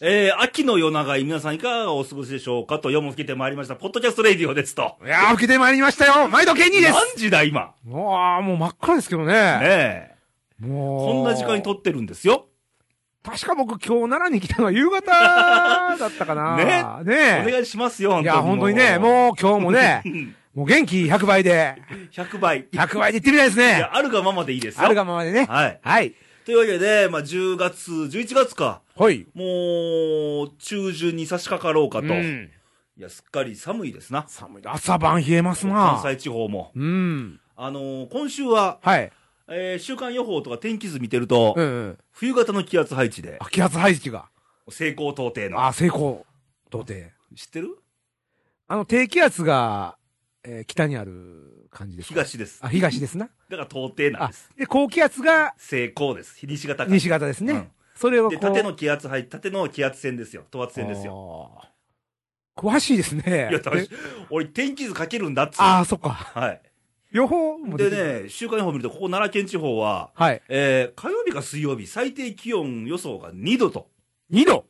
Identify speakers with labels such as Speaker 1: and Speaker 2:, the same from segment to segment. Speaker 1: えー、秋の夜長い皆さんいかがお過ごしでしょうかと読む吹けてまいりました、ポッドキャストレディオですと。
Speaker 2: いやー、受けてまいりましたよ毎度ケニーで
Speaker 1: 何
Speaker 2: す
Speaker 1: 時だ今。
Speaker 2: もう、あーもう真っ暗ですけどね。
Speaker 1: ねえ。
Speaker 2: もう。
Speaker 1: こんな時間に撮ってるんですよ。
Speaker 2: 確か僕今日奈良に来たのは夕方だったか な。ね
Speaker 1: お
Speaker 2: ね
Speaker 1: 願いしますよ、
Speaker 2: いや、本当にね、
Speaker 1: う。
Speaker 2: もう今日 もね、もう元気100倍で、
Speaker 1: 100倍。い
Speaker 2: 100倍でいってみたいですね。
Speaker 1: や、あるがままでいいですよ。
Speaker 2: あるがままでね。
Speaker 1: はい。
Speaker 2: はい。
Speaker 1: というわけで、まあ、10月、11月か。
Speaker 2: ほい。
Speaker 1: もう、中旬に差し掛かろうかと。
Speaker 2: うん
Speaker 1: いや、すっかり寒いですな。
Speaker 2: 寒い。朝晩冷えます
Speaker 1: 関
Speaker 2: な。
Speaker 1: 西地方も。
Speaker 2: うん。
Speaker 1: あのー今週は、
Speaker 2: はい。
Speaker 1: えー週間予報とか天気図見てると、
Speaker 2: うんうん。
Speaker 1: 冬型の気圧配置で、
Speaker 2: 秋圧配置が。
Speaker 1: 西高東低の。
Speaker 2: あ、成功。到底。
Speaker 1: 知ってる
Speaker 2: あの、低気圧が、えー北にある感じですか。
Speaker 1: 東です。
Speaker 2: あ、東ですな。
Speaker 1: だから東低なん
Speaker 2: あ
Speaker 1: です。、
Speaker 2: で、高気圧が
Speaker 1: 西高です。西が高い。
Speaker 2: 西型です
Speaker 1: う
Speaker 2: ね
Speaker 1: ん。
Speaker 2: それをこ
Speaker 1: で、
Speaker 2: う。
Speaker 1: 縦の気圧配置、縦の気圧線ですよ。等圧線ですよ。
Speaker 2: よ。詳しいですね。
Speaker 1: いや、私
Speaker 2: で、
Speaker 1: 俺天気図書けるんだっつう
Speaker 2: ああ、そっか。
Speaker 1: はい。
Speaker 2: 予報も出てる
Speaker 1: でね、週間予報見ると、ここ奈良県地方は、
Speaker 2: はい。
Speaker 1: えー火曜日か水曜日、最低気温予想が2度と。
Speaker 2: 2度。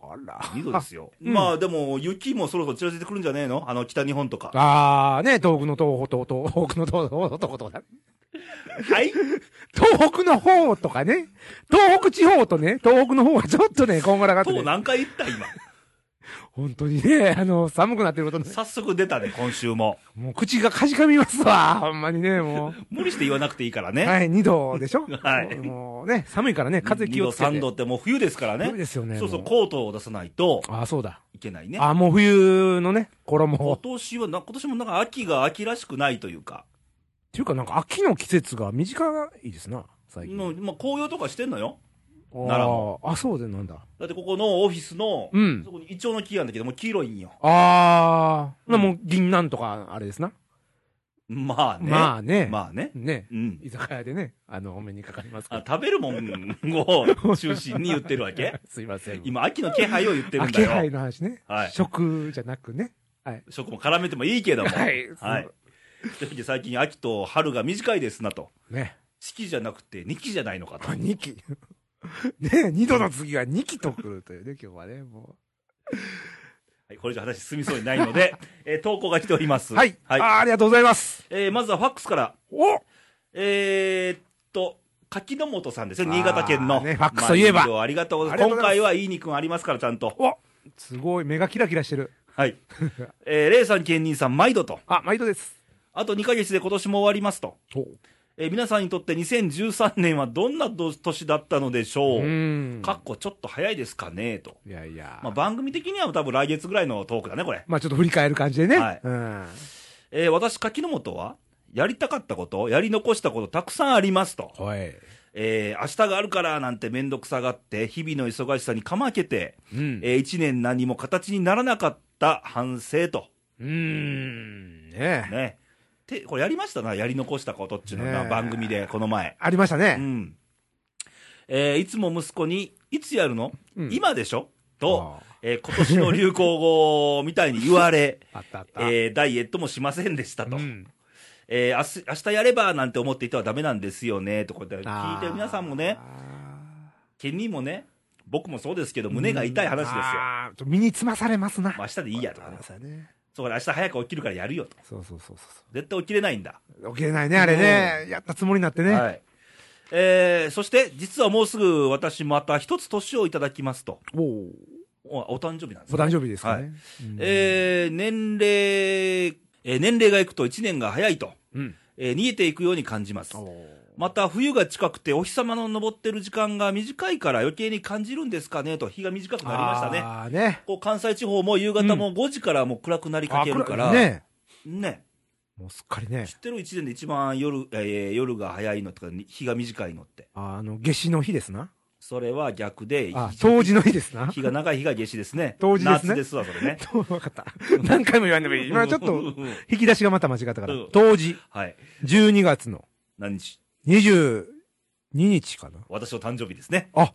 Speaker 2: あら。
Speaker 1: 2度ですよ。
Speaker 2: うん
Speaker 1: まあでも、雪もそろそろちらついてくるんじゃねえのあの、北日本とか。
Speaker 2: ああ、ね、東北の東北、東東北の東北、東北とかね
Speaker 1: はい
Speaker 2: 東北の方とかね。東北地方とね、東北の方はちょっとね、こんがらがって、
Speaker 1: と
Speaker 2: ね。
Speaker 1: 何回言った今。
Speaker 2: 本当にね、あの、寒くなってることね。
Speaker 1: 早速出たね、今週も。
Speaker 2: もう口がかじかみますわ。ほんまにね、 も
Speaker 1: 無理して言わなくていいから
Speaker 2: う。
Speaker 1: ね。
Speaker 2: はい、2度でしょ
Speaker 1: はい
Speaker 2: もうね、寒いからね、風気をつけて。
Speaker 1: 2度、3度ってもう冬ですから
Speaker 2: 寒い
Speaker 1: ね。
Speaker 2: ですよね。
Speaker 1: そうそう、
Speaker 2: も
Speaker 1: コートを出さないと
Speaker 2: うああ、そうだ。
Speaker 1: いけないね。
Speaker 2: ああ、もう冬のね、衣を
Speaker 1: 今。年はな、今年もなんか秋が秋らしくないというか、
Speaker 2: っていうかなんか秋の季節が短いですな、最近。
Speaker 1: のまあ、紅葉とかしてんのよ。
Speaker 2: あ
Speaker 1: 奈良
Speaker 2: ーあ、そうでなんだ。
Speaker 1: だってここのオフィスの、
Speaker 2: うん
Speaker 1: そこにイチョウの木があるんだけど、もう黄色いんよ。
Speaker 2: ああ、
Speaker 1: うん
Speaker 2: もう銀杏とかあれですな。
Speaker 1: まあね。
Speaker 2: まあね。
Speaker 1: まあね。
Speaker 2: ね。
Speaker 1: うん。
Speaker 2: 居酒屋でね、あの、お目にかかりますけ
Speaker 1: あ
Speaker 2: ど。
Speaker 1: 食べるもんを中心に言ってるわけ
Speaker 2: すいません。
Speaker 1: 今、秋の気配を言ってる
Speaker 2: あ、
Speaker 1: んだ
Speaker 2: 気
Speaker 1: よ
Speaker 2: 配。の話ね。
Speaker 1: はい
Speaker 2: 食じゃなくね。はい。
Speaker 1: 食も絡めてもいいけども。
Speaker 2: はい
Speaker 1: はい。というわけで最近、秋と春が短いですなと。
Speaker 2: ね。
Speaker 1: 四季じゃなくて、二季じゃないのかと
Speaker 2: あ、。2期。ね二度の次は2期と来るというね、今日はね、も
Speaker 1: はい、これ以上話進みそうにないの で、えー投稿が来ております。
Speaker 2: う。はい。あ
Speaker 1: はい。
Speaker 2: ーありがとうございます。
Speaker 1: えーまずはファックスから、
Speaker 2: お
Speaker 1: えーっと、柿の本さんですよ、新潟県
Speaker 2: あ
Speaker 1: の。
Speaker 2: ーねファックスといえば
Speaker 1: まあいろいろありがとうございます。
Speaker 2: ありがとう
Speaker 1: 今
Speaker 2: ござ
Speaker 1: 回
Speaker 2: います
Speaker 1: はいい肉がありますから、ちゃんと。
Speaker 2: おすごい、目がキラキラしてる。
Speaker 1: はい。えー、レイさん、ケンニーさん、毎度と。
Speaker 2: あ、毎度です。
Speaker 1: あと2ヶ月で今年も終わりますと。
Speaker 2: おう
Speaker 1: えー皆さんにとって2013年はどんな年だったのでしょう、
Speaker 2: ん
Speaker 1: かっこちょっと早いですかねと。
Speaker 2: いやいや。
Speaker 1: まあ、番組的には多分来月ぐらいのトークだね、これ。
Speaker 2: まあちょっと振り返る感じでね。
Speaker 1: はい
Speaker 2: うん。
Speaker 1: えー私、柿の本は、やりたかったこと、やり残したことたくさんありますと。
Speaker 2: はい。
Speaker 1: えー明日があるからなんて面倒くさがって、日々の忙しさにかまけて、
Speaker 2: うん。
Speaker 1: え1年何も形にならなかった反省と。
Speaker 2: うーん。ねえ。
Speaker 1: ね。て、これやりましたな、やり残したことっていうの
Speaker 2: ね
Speaker 1: が
Speaker 2: え
Speaker 1: 番組で、この前。
Speaker 2: ありました
Speaker 1: う
Speaker 2: ね。
Speaker 1: ん。えーいつも息子に、いつやるの、
Speaker 2: うん
Speaker 1: 今でしょと、
Speaker 2: あ
Speaker 1: えー今年の流行語みたいに言われ、
Speaker 2: あ ったあった。
Speaker 1: えーダイエットもしませんでしたと。
Speaker 2: うん
Speaker 1: えー明日、明日やればなんて思っていてはダメなんですよね、とこうやって聞いてる皆さんもね、。ケニーもね、僕もそうですけど、胸が痛い話ですよ。
Speaker 2: ですよ。身につまされますな。
Speaker 1: まあ明日でいいやとかね。
Speaker 2: そうだね
Speaker 1: そうから明日早く起きるからやるよと。
Speaker 2: そうそうそうそ
Speaker 1: 絶対起きれないんだ。
Speaker 2: う。起きれないね、あれね。やったつもりになってね。
Speaker 1: はい。えーそして、実はもうすぐ私また一つ年をいただきますと。
Speaker 2: おお。
Speaker 1: おお誕生日なんです
Speaker 2: お誕生日ですかね。うん
Speaker 1: えー年齢、えー年齢がいくと1年が早いと、
Speaker 2: うん。
Speaker 1: えー逃げていくように感じます。
Speaker 2: おー
Speaker 1: また冬が近くてお日様の昇ってる時間が短いから余計に感じるんですかねと日が短くなりましたね。
Speaker 2: ああね。
Speaker 1: こう関西地方も夕方も5時からもう暗くなりかけるから、
Speaker 2: あこれね。
Speaker 1: ね
Speaker 2: もうすっかりね
Speaker 1: 知。ってる一年で一番夜,、えー夜が早いのとか日が短いのって
Speaker 2: ああの、夏至の日ですな。
Speaker 1: それは逆で
Speaker 2: あ、
Speaker 1: 日
Speaker 2: 冬至の日ですな。
Speaker 1: 日が長い日が夏至ですね
Speaker 2: 冬至ですね
Speaker 1: 夏ですわそれね
Speaker 2: わかった。何回も言わん でもいい。今ちょっと、引き出しがまた間違ったから
Speaker 1: うん。
Speaker 2: 当時、
Speaker 1: はい
Speaker 2: 12月の
Speaker 1: 何日
Speaker 2: 22日かな。
Speaker 1: 私の誕生日ですね
Speaker 2: あ、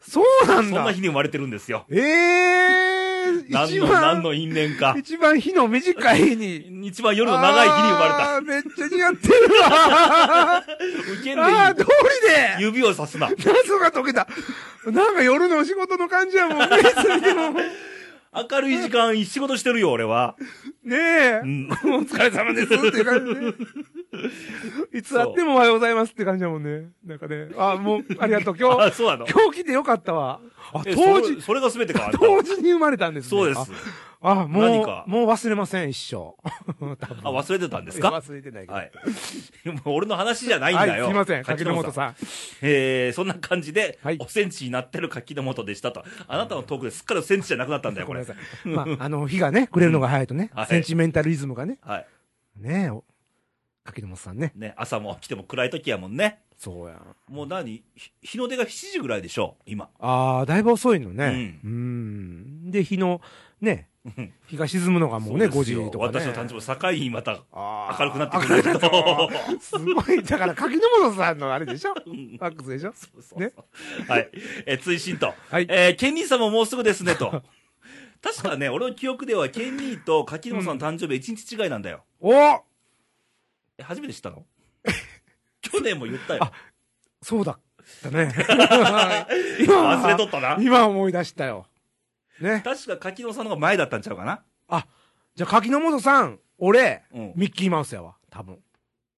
Speaker 2: そうな
Speaker 1: そ
Speaker 2: ん
Speaker 1: ん
Speaker 2: だ
Speaker 1: な。日に生まれてるんですよ
Speaker 2: ええ
Speaker 1: 何
Speaker 2: 一
Speaker 1: の、何
Speaker 2: 番、
Speaker 1: の因縁か。
Speaker 2: 一番日の短い日に。
Speaker 1: 一番夜の長い日に生まれた。
Speaker 2: あーめっちゃ似合ってる わ。
Speaker 1: 受けん
Speaker 2: ああ、
Speaker 1: で
Speaker 2: 通
Speaker 1: いい。
Speaker 2: りで
Speaker 1: 指をさすな。
Speaker 2: 謎が解けた。なんか夜のお仕事の感じやもん。目つぶってもね
Speaker 1: 明るい時間、仕事してるよ、俺は。
Speaker 2: え
Speaker 1: う。ん。
Speaker 2: お疲れ様ですっていう感じで。いつあってもおはようございますって感じだもんね。なんかね。あ、もう、ありがとう。今
Speaker 1: あ、
Speaker 2: 日、
Speaker 1: そうなの。
Speaker 2: 今日来てよかったわ。あ、
Speaker 1: え
Speaker 2: 当
Speaker 1: そ
Speaker 2: 時
Speaker 1: れ、それが全てか。あんた
Speaker 2: 当時に生まれたんですね。
Speaker 1: そうです。
Speaker 2: あ。あ、もう
Speaker 1: 何か、
Speaker 2: もう忘れません、一生。 多分
Speaker 1: あ、忘れてたんです
Speaker 2: いや
Speaker 1: か
Speaker 2: 忘れてないけど。
Speaker 1: はい。 もう俺の話じゃないんだよ。
Speaker 2: はい、すいません、柿
Speaker 1: 柿
Speaker 2: の
Speaker 1: 本
Speaker 2: 本
Speaker 1: さん。
Speaker 2: さん。
Speaker 1: えー、そんな感じで、
Speaker 2: はい
Speaker 1: おセンチになってる柿の本でしたと。あなたのトークですっかりおセンチじゃなくなったんだよ、こ
Speaker 2: ごめん
Speaker 1: れ
Speaker 2: な。さい。まあ、あの、日が ね、暮れるのが早いとね
Speaker 1: はい、
Speaker 2: センチメンタリズムがね、
Speaker 1: はい。
Speaker 2: ねえお、柿の本さんね。
Speaker 1: ね、朝も来ても暗い時やもんね。
Speaker 2: そうやん。
Speaker 1: もう何ひ日の出が7時ぐらいでしょ、今。
Speaker 2: ああ、だいぶ遅いのね。うーん。で、日の、 ね
Speaker 1: うん、
Speaker 2: 日が沈むのがもうね、
Speaker 1: そ
Speaker 2: 5
Speaker 1: ですよ
Speaker 2: 時とかね。
Speaker 1: 私の誕生日、境にま た。
Speaker 2: あー
Speaker 1: 明るくなってくるんだけど
Speaker 2: 明るくなって すごい、だから柿の本さんのあれでしょ
Speaker 1: ん
Speaker 2: ファックスでしょ
Speaker 1: そうそうそう
Speaker 2: ね
Speaker 1: はい。えー、追伸と。
Speaker 2: はい
Speaker 1: えー、ケンニーさんももうすぐですね、と。 確かね、俺の記憶では、ケンニーと柿沼さんの誕生日は1日違いなんだよ。
Speaker 2: お
Speaker 1: え、初めて知ったの 去年も言ったよ
Speaker 2: あ。そうだっ たね。
Speaker 1: 忘れとったな。
Speaker 2: 今思い出したよ。ね。
Speaker 1: 確か柿野さんの方が前だったんちゃうかな
Speaker 2: あ、じゃあ柿の本さん、俺、
Speaker 1: うん
Speaker 2: ミッキーマウスやわ、多分。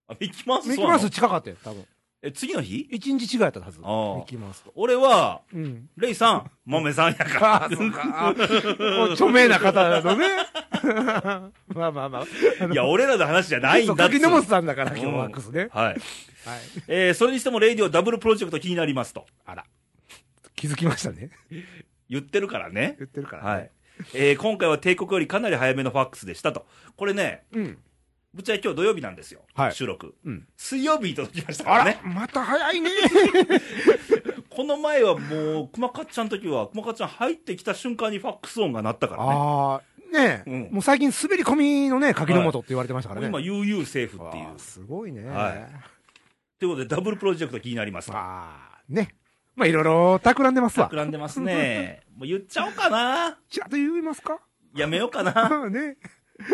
Speaker 1: あミッキーマウス
Speaker 2: ミッキ
Speaker 1: そう
Speaker 2: ー
Speaker 1: な
Speaker 2: マ
Speaker 1: の
Speaker 2: ウス近かったよ、多分。
Speaker 1: え、次の日
Speaker 2: 一日違いやったはず。ミ
Speaker 1: あー
Speaker 2: ッキーマウスと。
Speaker 1: 俺は、
Speaker 2: うん。
Speaker 1: レイさん、モメさんやから。
Speaker 2: ああ、そうか。あーもう著名な方のね。 まあまあまあ。
Speaker 1: いや、俺らの話じゃないんだ
Speaker 2: そ
Speaker 1: っ
Speaker 2: う
Speaker 1: つう
Speaker 2: 柿の本さんだから、今日
Speaker 1: うん
Speaker 2: ワックスね。
Speaker 1: はい。
Speaker 2: はい。
Speaker 1: えーそれにしても、レイディオダブルプロジェクト気になりますと。
Speaker 2: あら。気づきましたね。
Speaker 1: 言ってるからね
Speaker 2: 言。ってるから、ね。
Speaker 1: はい。。えー今回は帝国よりかなり早めのファックスでしたと。これね、
Speaker 2: うん。
Speaker 1: ぶっちゃけ今日土曜日なんですよ。
Speaker 2: はい
Speaker 1: 収録。
Speaker 2: うん。
Speaker 1: 水曜日に届きましたか
Speaker 2: あ
Speaker 1: ら
Speaker 2: ら、
Speaker 1: ね。
Speaker 2: また 早いね。
Speaker 1: この前はもう、熊かっちゃんの時は、熊かっちゃん入ってきた瞬間にファックス音が鳴ったからね。
Speaker 2: ああ、ねえ、
Speaker 1: うん
Speaker 2: もう最近滑り込みのね、柿の本って言われてましたからね。
Speaker 1: もう今、悠々セーフっていう
Speaker 2: わ。あすごいね。
Speaker 1: はいということで、ダブルプロジェクト気になります。
Speaker 2: ああ、ね。まあ、いろいろ企んでますわ。
Speaker 1: 企んでますね。もう言っちゃおうかな。
Speaker 2: ちらっと言いますか
Speaker 1: やめようかな。
Speaker 2: ね。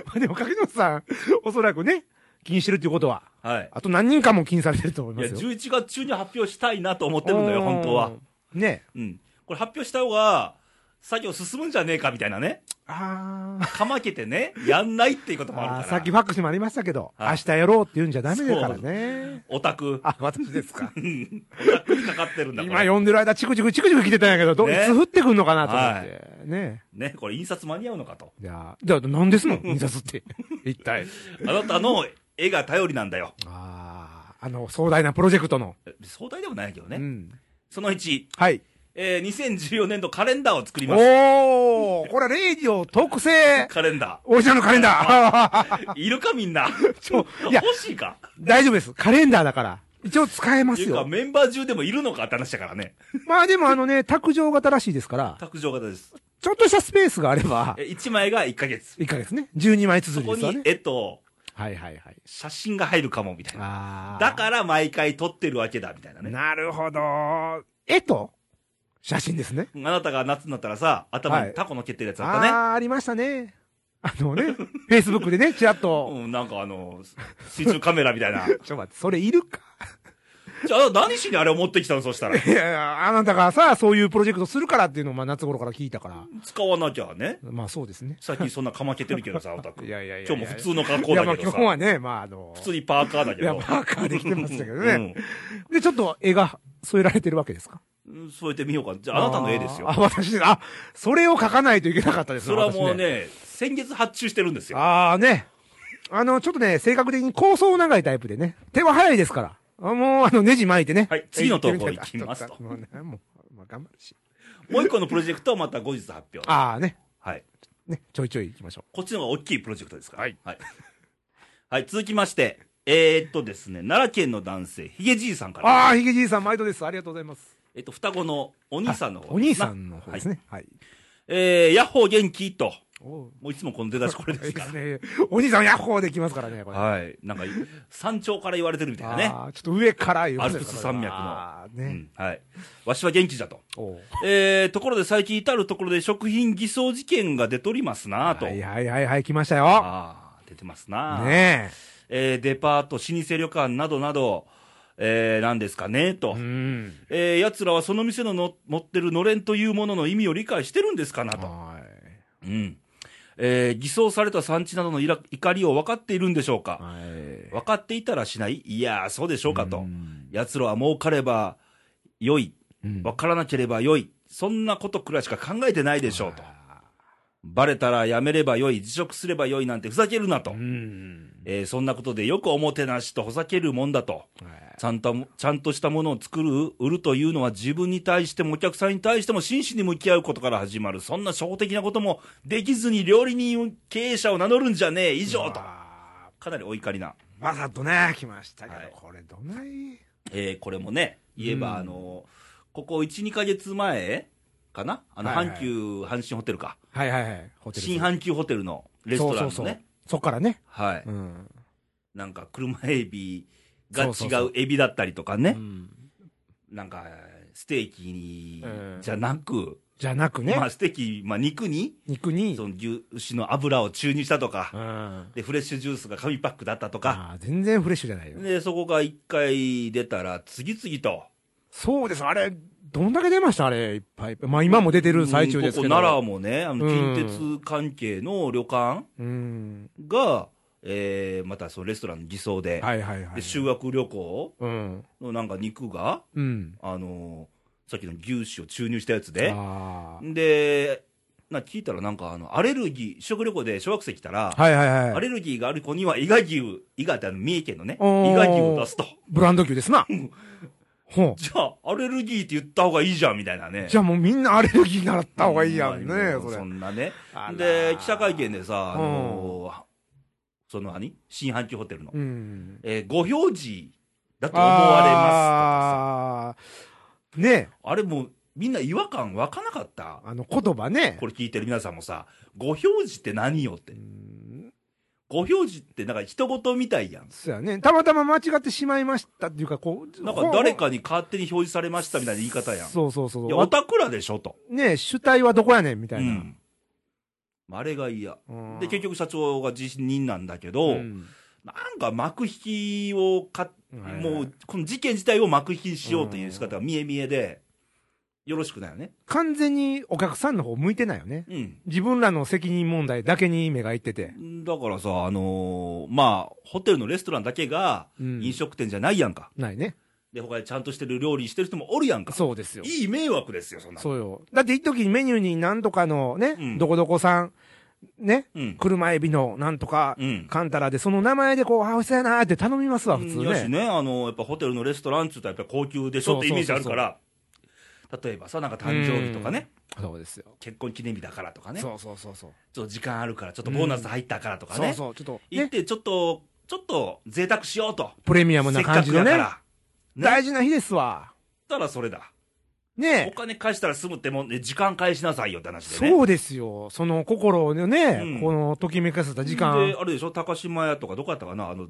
Speaker 2: まあ、でも、柿野さん、おそらくね、気にしてるっていうことは、
Speaker 1: はい。
Speaker 2: あと何人かも気にされてると思い
Speaker 1: い
Speaker 2: ま
Speaker 1: や、
Speaker 2: すよ。
Speaker 1: 11月中に発表したいなと思ってるんだよ、本当は
Speaker 2: う。ん。ね
Speaker 1: うん。これ発表した方が、作業進むんじゃねえかみたいなね。
Speaker 2: ああ。
Speaker 1: かまけてね、やんないっていうこともある
Speaker 2: あ
Speaker 1: か
Speaker 2: あ
Speaker 1: ら。
Speaker 2: さっきファックスにもありましたけど、
Speaker 1: はい
Speaker 2: 明日やろうって言うんじゃダメだからね。
Speaker 1: オタク。
Speaker 2: あ、私です か。
Speaker 1: うんオタクにかかってるんだ
Speaker 2: 今
Speaker 1: これ
Speaker 2: 読んでる間、チクチクチクチク来てたんやけど、ど、
Speaker 1: ね
Speaker 2: いつ降ってくんのかなと思って。ね
Speaker 1: ね、これ印刷間に合うのかと。
Speaker 2: じゃあ、じゃあ何です の印刷って。一体。
Speaker 1: あなたの絵が頼りなんだよ。
Speaker 2: ああ、あの、壮大なプロジェクトの。
Speaker 1: 壮大でもないけど
Speaker 2: う
Speaker 1: ね。
Speaker 2: ん。
Speaker 1: その1、
Speaker 2: はい。
Speaker 1: えー、2014年度カレンダーを作ります。
Speaker 2: おおこれはレイディオ特製
Speaker 1: カレンダ
Speaker 2: オリジナルカレンダー
Speaker 1: ー。いるかみんな。
Speaker 2: ちょいや
Speaker 1: 欲しいか
Speaker 2: 大丈夫です。カレンダーだから。一応使えま
Speaker 1: って
Speaker 2: す
Speaker 1: いうか、
Speaker 2: よ。
Speaker 1: メンバー中でもいるのかって話だからね。
Speaker 2: まあでもあのね、卓上型らしいですから、
Speaker 1: 卓上型です。
Speaker 2: ちょっとしたスペースがあれば
Speaker 1: え、1枚が1ヶ月。
Speaker 2: 1ヶ月ね。12枚
Speaker 1: そ
Speaker 2: 綴り
Speaker 1: こ
Speaker 2: ですわ
Speaker 1: に
Speaker 2: ね。
Speaker 1: 絵と
Speaker 2: はいはいはい。
Speaker 1: 写真が入るかも、みたいな。
Speaker 2: あ
Speaker 1: だから毎回撮ってるわけだ、みたいなね。
Speaker 2: なるほど。絵と写真ですね。
Speaker 1: あなたが夏になったらさ、頭
Speaker 2: は
Speaker 1: に
Speaker 2: い
Speaker 1: タコのってるやつあ
Speaker 2: あ
Speaker 1: ったね。
Speaker 2: あー、ありましたね。あのね、Facebook でね、ちらっと。
Speaker 1: うん、なんかあの、水中カメラみたい な。
Speaker 2: ちょ、待って、それいるか
Speaker 1: じゃあ、何しにあれを持ってきたのそしたら。
Speaker 2: いや、あなたがさ、そういうプロジェクトするからっていうのを、まあ夏頃から聞いたから。
Speaker 1: 使わなきゃね。
Speaker 2: まあそうですね。
Speaker 1: 最近そんなかまけてるけど さ、オタク。
Speaker 2: いやいやいやいや
Speaker 1: 今日も普通の格
Speaker 2: い
Speaker 1: 好
Speaker 2: や、
Speaker 1: だ
Speaker 2: まあ
Speaker 1: けど
Speaker 2: 基
Speaker 1: さ。
Speaker 2: 本はね、まああの、
Speaker 1: 普通にパーカーだけ
Speaker 2: いや、
Speaker 1: ど
Speaker 2: マ。ーカーできてましたけど
Speaker 1: うん
Speaker 2: ね。で、ちょっと絵が添えられてるわけですか
Speaker 1: うんそうやってみようか。じゃあ、あなたの絵ですよ
Speaker 2: あ。ー、あ私、あ、それを描かないといけなかったです
Speaker 1: それはもう。ね、先月発注してるんです
Speaker 2: 私
Speaker 1: よ。
Speaker 2: ああね。あの、ちょっとね、性格的に構想長いタイプでね。手は早いですから。あもう、あの、ネジ巻いてね。
Speaker 1: はい次の投稿いきますと
Speaker 2: もうね、もう、まあ、頑張るし。
Speaker 1: もう一個のプロジェクトはまた後日発表。
Speaker 2: ああね。
Speaker 1: はい。
Speaker 2: ね、ちょいちょい行きましょ
Speaker 1: こっちの方が大きいプロジェクトですから。
Speaker 2: はい。
Speaker 1: はい。 はい、続きまして、えー、っとですね、奈良県の男性、ひげじいさんか
Speaker 2: う。
Speaker 1: ら。
Speaker 2: ああ、ひげじいさん、毎度です。ありがとうございます。
Speaker 1: えっと、双子のお兄さんの方
Speaker 2: お兄さんの
Speaker 1: 方で
Speaker 2: 方ですす
Speaker 1: な。
Speaker 2: ね。はい。
Speaker 1: えー、ヤッホー元気と。
Speaker 2: おう
Speaker 1: もういつもこの出だしこれですか
Speaker 2: いいっすねお兄さん、ヤッホーできますからね、これ。
Speaker 1: ら。はい。なんか、山頂から言われてるみたいなね。
Speaker 2: あーちょっと上から言う
Speaker 1: アルプス山脈の
Speaker 2: あー
Speaker 1: う
Speaker 2: ね。
Speaker 1: ん、はい。わしは元気じゃと。
Speaker 2: おう
Speaker 1: えー、ところで最近至るところで食品偽装事件が出とりますなと。
Speaker 2: はいはいはいはい、来ましたよ。
Speaker 1: あー出てますな、
Speaker 2: ね
Speaker 1: えーデパート、老舗旅館などなど、えー、なんですかねと。
Speaker 2: え。うん。
Speaker 1: えー、奴らはその店のの持ってるのれんというものの意味を理解してるんですかなと。
Speaker 2: はい。
Speaker 1: うん。えー偽装された産地などのいら怒りを分かっているんでしょうか。
Speaker 2: はい。
Speaker 1: 分かっていたらしないいやー、そうでしょうか
Speaker 2: う
Speaker 1: と。
Speaker 2: ん
Speaker 1: 奴らは儲かれば良い。
Speaker 2: うん
Speaker 1: 分からなければ良い。そんなことくらいしか考えてないでしょうと。バレたらやめれば良い。辞職すれば良いなんてふざけるなと
Speaker 2: う。ん。
Speaker 1: えーそんなことでよくおもてなしとほざけるもんだと。
Speaker 2: はい
Speaker 1: ちゃんと、ちゃんとしたものを作る、売るというのは自分に対してもお客さんに対しても真摯に向き合うことから始まる。そんな初歩的なこともできずに料理人経営者を名乗るんじゃねえ。以上と。
Speaker 2: あ
Speaker 1: かなりお怒りな。
Speaker 2: ーわざとね、来ましたけ
Speaker 1: はい
Speaker 2: ど、これどない
Speaker 1: えーこれもね、言えば、
Speaker 2: うん
Speaker 1: あの、ここ1、2ヶ月前かなあの、
Speaker 2: はいはい
Speaker 1: 阪急阪神ホテルか。
Speaker 2: はいはいはい。ホテル。
Speaker 1: 新阪急ホテルのレストランのね。
Speaker 2: そうそうそう。そっからね。
Speaker 1: はい。
Speaker 2: うん。
Speaker 1: なんか車エビが違
Speaker 2: そうそうそう
Speaker 1: うエビだったりとかね、
Speaker 2: うん
Speaker 1: なんかステーキに
Speaker 2: うん
Speaker 1: じゃなく、
Speaker 2: じゃなくね
Speaker 1: ま、あステーキ、まあ、肉に
Speaker 2: 肉に。
Speaker 1: その牛牛の油を注入したとか、
Speaker 2: うん
Speaker 1: でフレッシュジュースが紙パックだったとか、
Speaker 2: あー全然フレッシュじゃないよ。
Speaker 1: でそこが1回出たら、次々と、
Speaker 2: そうです、あれ、どんだけ出ましたあれ、いっぱいいっぱい。まあ今も出てる最中です
Speaker 1: う
Speaker 2: けど。
Speaker 1: んここ奈良もね、あの
Speaker 2: うん
Speaker 1: 近鉄関係の旅館
Speaker 2: うん。
Speaker 1: が、えーまたそのレストランの偽装で、
Speaker 2: はいはいはい。
Speaker 1: で修学旅行
Speaker 2: うん。
Speaker 1: のなんか肉が、
Speaker 2: うん。
Speaker 1: あのーさっきの牛脂を注入したやつで。
Speaker 2: あ
Speaker 1: で、な聞いたら、なんかあのアレルギー、食旅行で小学生来たら、
Speaker 2: ーはいはい
Speaker 1: ア
Speaker 2: はい。
Speaker 1: レルギーがある子には伊賀牛、伊賀ってあの三重県のね、伊
Speaker 2: おー
Speaker 1: 賀牛を出すと、
Speaker 2: ブランド牛ですな。ほ
Speaker 1: じゃあ、アレルギーって言った方がいいじゃんみたいなね
Speaker 2: う。じ。ゃあもうみんなアレルギー習った方がいいや
Speaker 1: ほ
Speaker 2: んね、
Speaker 1: んまにもう
Speaker 2: それ
Speaker 1: そ。んなね。
Speaker 2: あら
Speaker 1: で、記者会見でさ、あのーその何新阪急ホテルの、
Speaker 2: うん。
Speaker 1: えーご表示だと思われますとか
Speaker 2: あーね
Speaker 1: さ、あれもう、みんな違和感わかなかった
Speaker 2: あの言葉ね。
Speaker 1: これ聞いてる皆さんもさ、ご表示って何よって
Speaker 2: う。ん
Speaker 1: ご表示ってなんか人事みたいやん。
Speaker 2: そうやね。たまたま間違ってしまいましたっていうか、こう。
Speaker 1: なんか誰かに勝手に表示されましたみたいな言い方やん。い
Speaker 2: そうそうそう。
Speaker 1: や、おたくらでしょと。
Speaker 2: ね主体はどこやねんみ
Speaker 1: う
Speaker 2: たいな。
Speaker 1: ん。あれが嫌。
Speaker 2: うん
Speaker 1: で、結局社長が辞任なんだけど、
Speaker 2: うん
Speaker 1: なんか幕引きをか、
Speaker 2: はい
Speaker 1: もう、この事件自体を幕引きにしようという仕方が見え見えで、よろしくないよね。
Speaker 2: 完全にお客さんの方向いてないよね。
Speaker 1: うん。
Speaker 2: 自分らの責任問題だけに目がいってて。
Speaker 1: だからさ、あのーまあ、ホテルのレストランだけが
Speaker 2: うん
Speaker 1: 飲食店じゃないやんか。
Speaker 2: ないね。
Speaker 1: で、他にちゃんとしてる料理してる人もおるやんか。
Speaker 2: そうですよ。
Speaker 1: いい迷惑ですよ、そんなの。
Speaker 2: そうよ。だって一時メニューに何とかのね、
Speaker 1: うん
Speaker 2: どこどこさん、ね、
Speaker 1: うん。
Speaker 2: 車エビのなんとか、
Speaker 1: うん。
Speaker 2: カンタラで、その名前でこう、あ、美味しそうやなーって頼みますわ、普通
Speaker 1: うんやし
Speaker 2: ね。
Speaker 1: ね、あの、やっぱホテルのレストランって言ったらやっぱ高級でしょってイメージあるから、例えばさ、なんか誕生日とかね、
Speaker 2: そうですよ。
Speaker 1: 結婚記念日だからとかね、ちょっ
Speaker 2: そうそうそうそう。
Speaker 1: と時間あるから、ちょっとボーナス入ったからとか
Speaker 2: そう
Speaker 1: ね、
Speaker 2: そう、ちょっと、
Speaker 1: 行っ
Speaker 2: ね、
Speaker 1: てちょっと、ちょっと贅沢しようと。
Speaker 2: プレミアムな感じの
Speaker 1: せっ
Speaker 2: ね、
Speaker 1: かくだから。ね、だっ
Speaker 2: 大事な日ですわ。
Speaker 1: たらそれだ。お
Speaker 2: ね
Speaker 1: 金返したら済むってもんね、時間返しなさいよって話でね。
Speaker 2: そうですよ。その心をね、
Speaker 1: うん
Speaker 2: この、ときめかせた時
Speaker 1: で
Speaker 2: 間。、
Speaker 1: あれでしょ、高島屋とかどこやったかな、あの、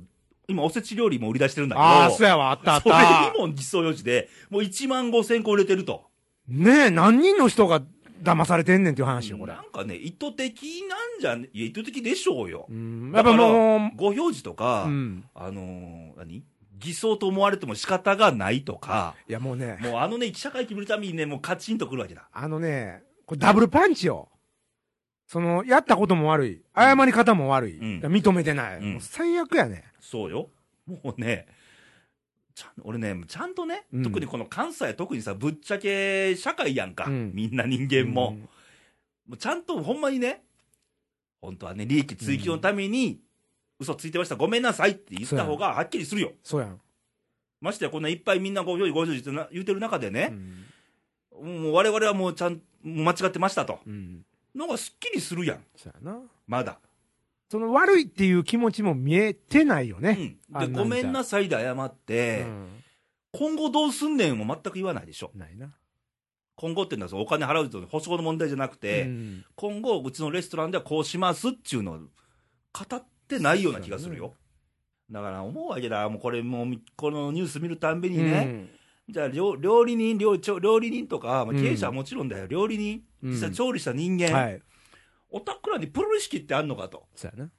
Speaker 1: 今おせち料理も売り出してるんだけど、
Speaker 2: ああ、そうやわ、あったあっ
Speaker 1: それ
Speaker 2: た。
Speaker 1: にも偽装用紙で、もう1万5千個売れてると。
Speaker 2: ねえ、何人の人が騙されてんねんっていう話よ、これ。
Speaker 1: なんかね、意図的なんじゃね、いや、意図的でしょうよ
Speaker 2: う。ん、やっぱも
Speaker 1: ご表示と
Speaker 2: う、
Speaker 1: か、
Speaker 2: うん。
Speaker 1: あのー何偽装と思われても仕方がないとか、
Speaker 2: いや、もうね、
Speaker 1: もうあのね、記者会見見るたびにね、もうカチンとくるわけだ。
Speaker 2: あのね、これダブルパンチよ。その、やったことも悪い。謝り方も悪い。
Speaker 1: うん
Speaker 2: 認めてない。
Speaker 1: うん
Speaker 2: もう最悪やね。
Speaker 1: そうよ。もうね、ちゃん俺ね、ちゃんとね、
Speaker 2: うん
Speaker 1: 特にこの関西、特にさ、ぶっちゃけ社会やんか、
Speaker 2: うん
Speaker 1: みんな人間も。もうちゃんとほんまにね、本当はね、利益追求のために、嘘ついてました、ごめんなさいって言った方がはっきりするよ。
Speaker 2: そうやん。
Speaker 1: ましてや、こんないっぱいみんなご表示、ご表示ってな言ってる中で
Speaker 2: う
Speaker 1: ね、
Speaker 2: ん
Speaker 1: もう我々はもうちゃん、もう間違ってましたと。
Speaker 2: うん。
Speaker 1: のがすっきりするやん、
Speaker 2: そうやな。
Speaker 1: まだ。
Speaker 2: その悪いっていう気持ちも見えてないよ
Speaker 1: う
Speaker 2: ね。
Speaker 1: ん。
Speaker 2: あ
Speaker 1: で、
Speaker 2: んなんじゃ
Speaker 1: ごめんなさいで謝って、
Speaker 2: うん
Speaker 1: 今後どうすんねんも全く言わないでしょ。
Speaker 2: ないな。
Speaker 1: 今後っていうのはそのお金払うと保証の問題じゃなくて、
Speaker 2: うん
Speaker 1: 今後、うちのレストランではこうしますっていうのを語ってないような気がするよ。だから思うわけだ、もうこれ、もうこのニュース見るたんびにね、じゃあ料料理人料、ちょ料理人とか、まあ、
Speaker 2: うん
Speaker 1: 経営者はもちろんだよ、料理人、
Speaker 2: うん
Speaker 1: 実際調理した人
Speaker 2: うん
Speaker 1: 間、
Speaker 2: はい。
Speaker 1: おたくらにプロ意識ってあるのかと、
Speaker 2: そうやな。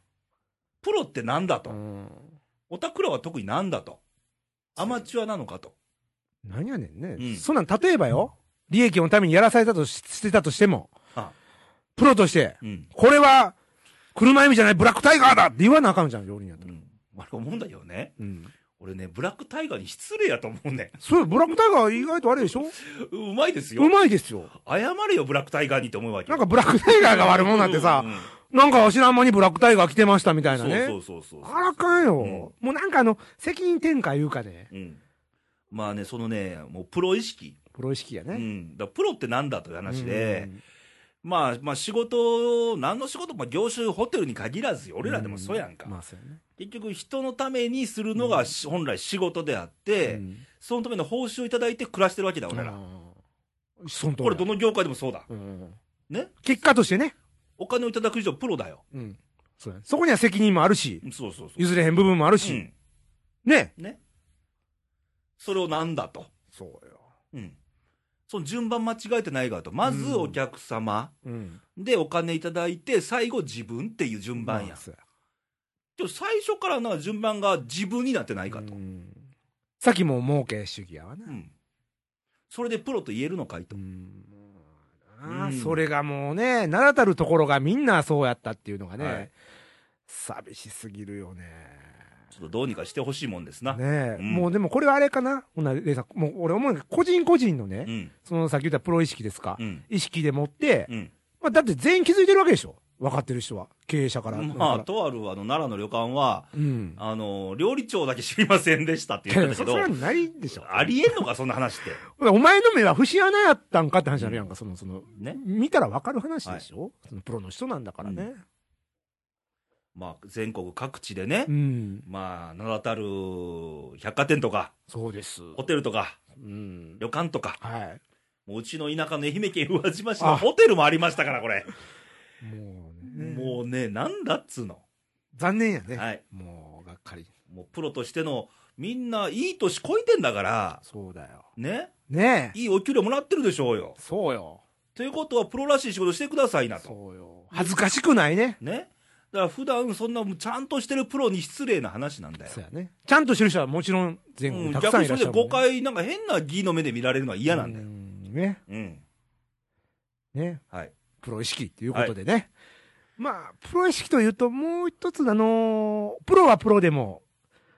Speaker 1: プロってなんだと、
Speaker 2: うん
Speaker 1: おたくらは特になんだと、アマチュアなのかと、
Speaker 2: なんやねんね。
Speaker 1: うん
Speaker 2: そんなん、例えばよ、利益のためにやらされたとししてたとしても
Speaker 1: あ、
Speaker 2: プロとして、
Speaker 1: うん
Speaker 2: これは、車意味じゃないブラックタイガーだって言わなあかんじゃん、料理人やった
Speaker 1: う
Speaker 2: ら。
Speaker 1: ん、あれ思うんだけどね、
Speaker 2: うん。
Speaker 1: 俺ね、ブラックタイガーに失礼やと思うね、
Speaker 2: そう、ブラックタイガー意外とあれでしょ
Speaker 1: うまいです
Speaker 2: う
Speaker 1: よ、
Speaker 2: まいですよ。
Speaker 1: 謝れよ、ブラックタイガーにって思うわけ
Speaker 2: な
Speaker 1: よ
Speaker 2: んかブラックタイガーが悪者なんてさ
Speaker 1: う、んうん
Speaker 2: なんか知らん間にブラックタイガー来てましたみたいなね。
Speaker 1: そうそうそうそう
Speaker 2: あらかんよ、
Speaker 1: うん
Speaker 2: もうなんかあの、責任転嫁いうかね、
Speaker 1: うん、まあね、そのね、もうプロ意識、
Speaker 2: プロ意識や
Speaker 1: う
Speaker 2: ね。
Speaker 1: ん、だからプロってなんだという話
Speaker 2: う
Speaker 1: で、
Speaker 2: ん
Speaker 1: まあ、まあ、仕事を、何の仕事も、まあ業種、ホテルに限らず、俺らでもそうやんか、
Speaker 2: まあそうやね。
Speaker 1: 結局、人のためにするのがし本来仕事であって、
Speaker 2: うん
Speaker 1: そのための報酬をいただいて暮らしてるわけだ、俺ら、
Speaker 2: うんそんと
Speaker 1: これ、どの業界でもそうだ、
Speaker 2: うん
Speaker 1: ね、
Speaker 2: 結果としてね、
Speaker 1: お金をいただく以上、プロだよ、
Speaker 2: うんそうやねそこには責任もあるし、
Speaker 1: うんそうそうそう、
Speaker 2: 譲れへん部分もある
Speaker 1: う
Speaker 2: し、
Speaker 1: ん、
Speaker 2: ね。
Speaker 1: ね、それをなんだと、
Speaker 2: そうよ。
Speaker 1: うん、その順番間違えてないかと、まずお客様。
Speaker 2: うん。
Speaker 1: で、お金いただいて、最後自分っていう順番や。
Speaker 2: まあそうや
Speaker 1: でも最初からな、順番が自分になってないかと。
Speaker 2: うんさっきも儲け主義やわな
Speaker 1: う。ん。それでプロと言えるのかいと
Speaker 2: う。んあー
Speaker 1: うん
Speaker 2: それがもうね、名だたるところがみんなそうやったっていうのがね、
Speaker 1: はい
Speaker 2: 寂しすぎるよね。
Speaker 1: ちょっとどうにかしてほしいもんですな。
Speaker 2: ねえ、
Speaker 1: うん
Speaker 2: もうでもこれはあれかな、ほな、レイさん、もう俺思うのが個人個人のね、
Speaker 1: うん。
Speaker 2: そのさっき言ったプロ意識ですか、
Speaker 1: うん。
Speaker 2: 意識でもって、
Speaker 1: うん。
Speaker 2: まあ、だって全員気づいてるわけでしょ、分かってる人は、経営者から。
Speaker 1: まあ、
Speaker 2: だから
Speaker 1: とあるあの奈良の旅館は、
Speaker 2: うん。
Speaker 1: あの、料理長だけ知りませんでしたって言ってたけ
Speaker 2: そ
Speaker 1: ど
Speaker 2: そ、らにないでしょ。
Speaker 1: ありえんのか、そんな話って。
Speaker 2: お前の目は節穴やったんかって話になるやんか、その、その、
Speaker 1: ね。
Speaker 2: 見たら分かる話でしょ、そのプロの人なんだからね。
Speaker 1: まあ、全国各地でね
Speaker 2: う、ん。
Speaker 1: まあ、名だたる百貨店とか、
Speaker 2: そうです。
Speaker 1: ホテルとか、
Speaker 2: うん。
Speaker 1: 旅館とか、
Speaker 2: は
Speaker 1: もううちの田舎の愛媛県宇和島市
Speaker 2: あ
Speaker 1: のホテルもありましたから、これ。
Speaker 2: い。もうね。
Speaker 1: もうね、なんだっつうの。
Speaker 2: 残念やね。
Speaker 1: はい。
Speaker 2: もう、がっかり。
Speaker 1: もうプロとしての、みんないい年こいてんだから、
Speaker 2: そうだよ。
Speaker 1: ね。
Speaker 2: ねえ。
Speaker 1: いいお給料もらってるでしょうよ。
Speaker 2: そうよ。
Speaker 1: ということは、プロらしい仕事してくださいなと。
Speaker 2: そうよ。恥ずかしくないね。
Speaker 1: ね。だから普段そんなちゃんとしてるプロに失礼な話なんだよ。
Speaker 2: そうやね。ちゃんとしてる人はもちろん全
Speaker 1: う
Speaker 2: 国
Speaker 1: ん、
Speaker 2: たくさ
Speaker 1: 逆
Speaker 2: ん
Speaker 1: に
Speaker 2: い
Speaker 1: そ
Speaker 2: らっ
Speaker 1: れ
Speaker 2: し
Speaker 1: で
Speaker 2: ゃるもんね、
Speaker 1: 誤解、なんか変な義の目で見られるのは嫌なんだよ。
Speaker 2: よ。ね。
Speaker 1: うん。
Speaker 2: ね。
Speaker 1: はい。
Speaker 2: プロ意識っていうことでね。まあ、プロ意識というと、もう一つ、あのープロはプロでも、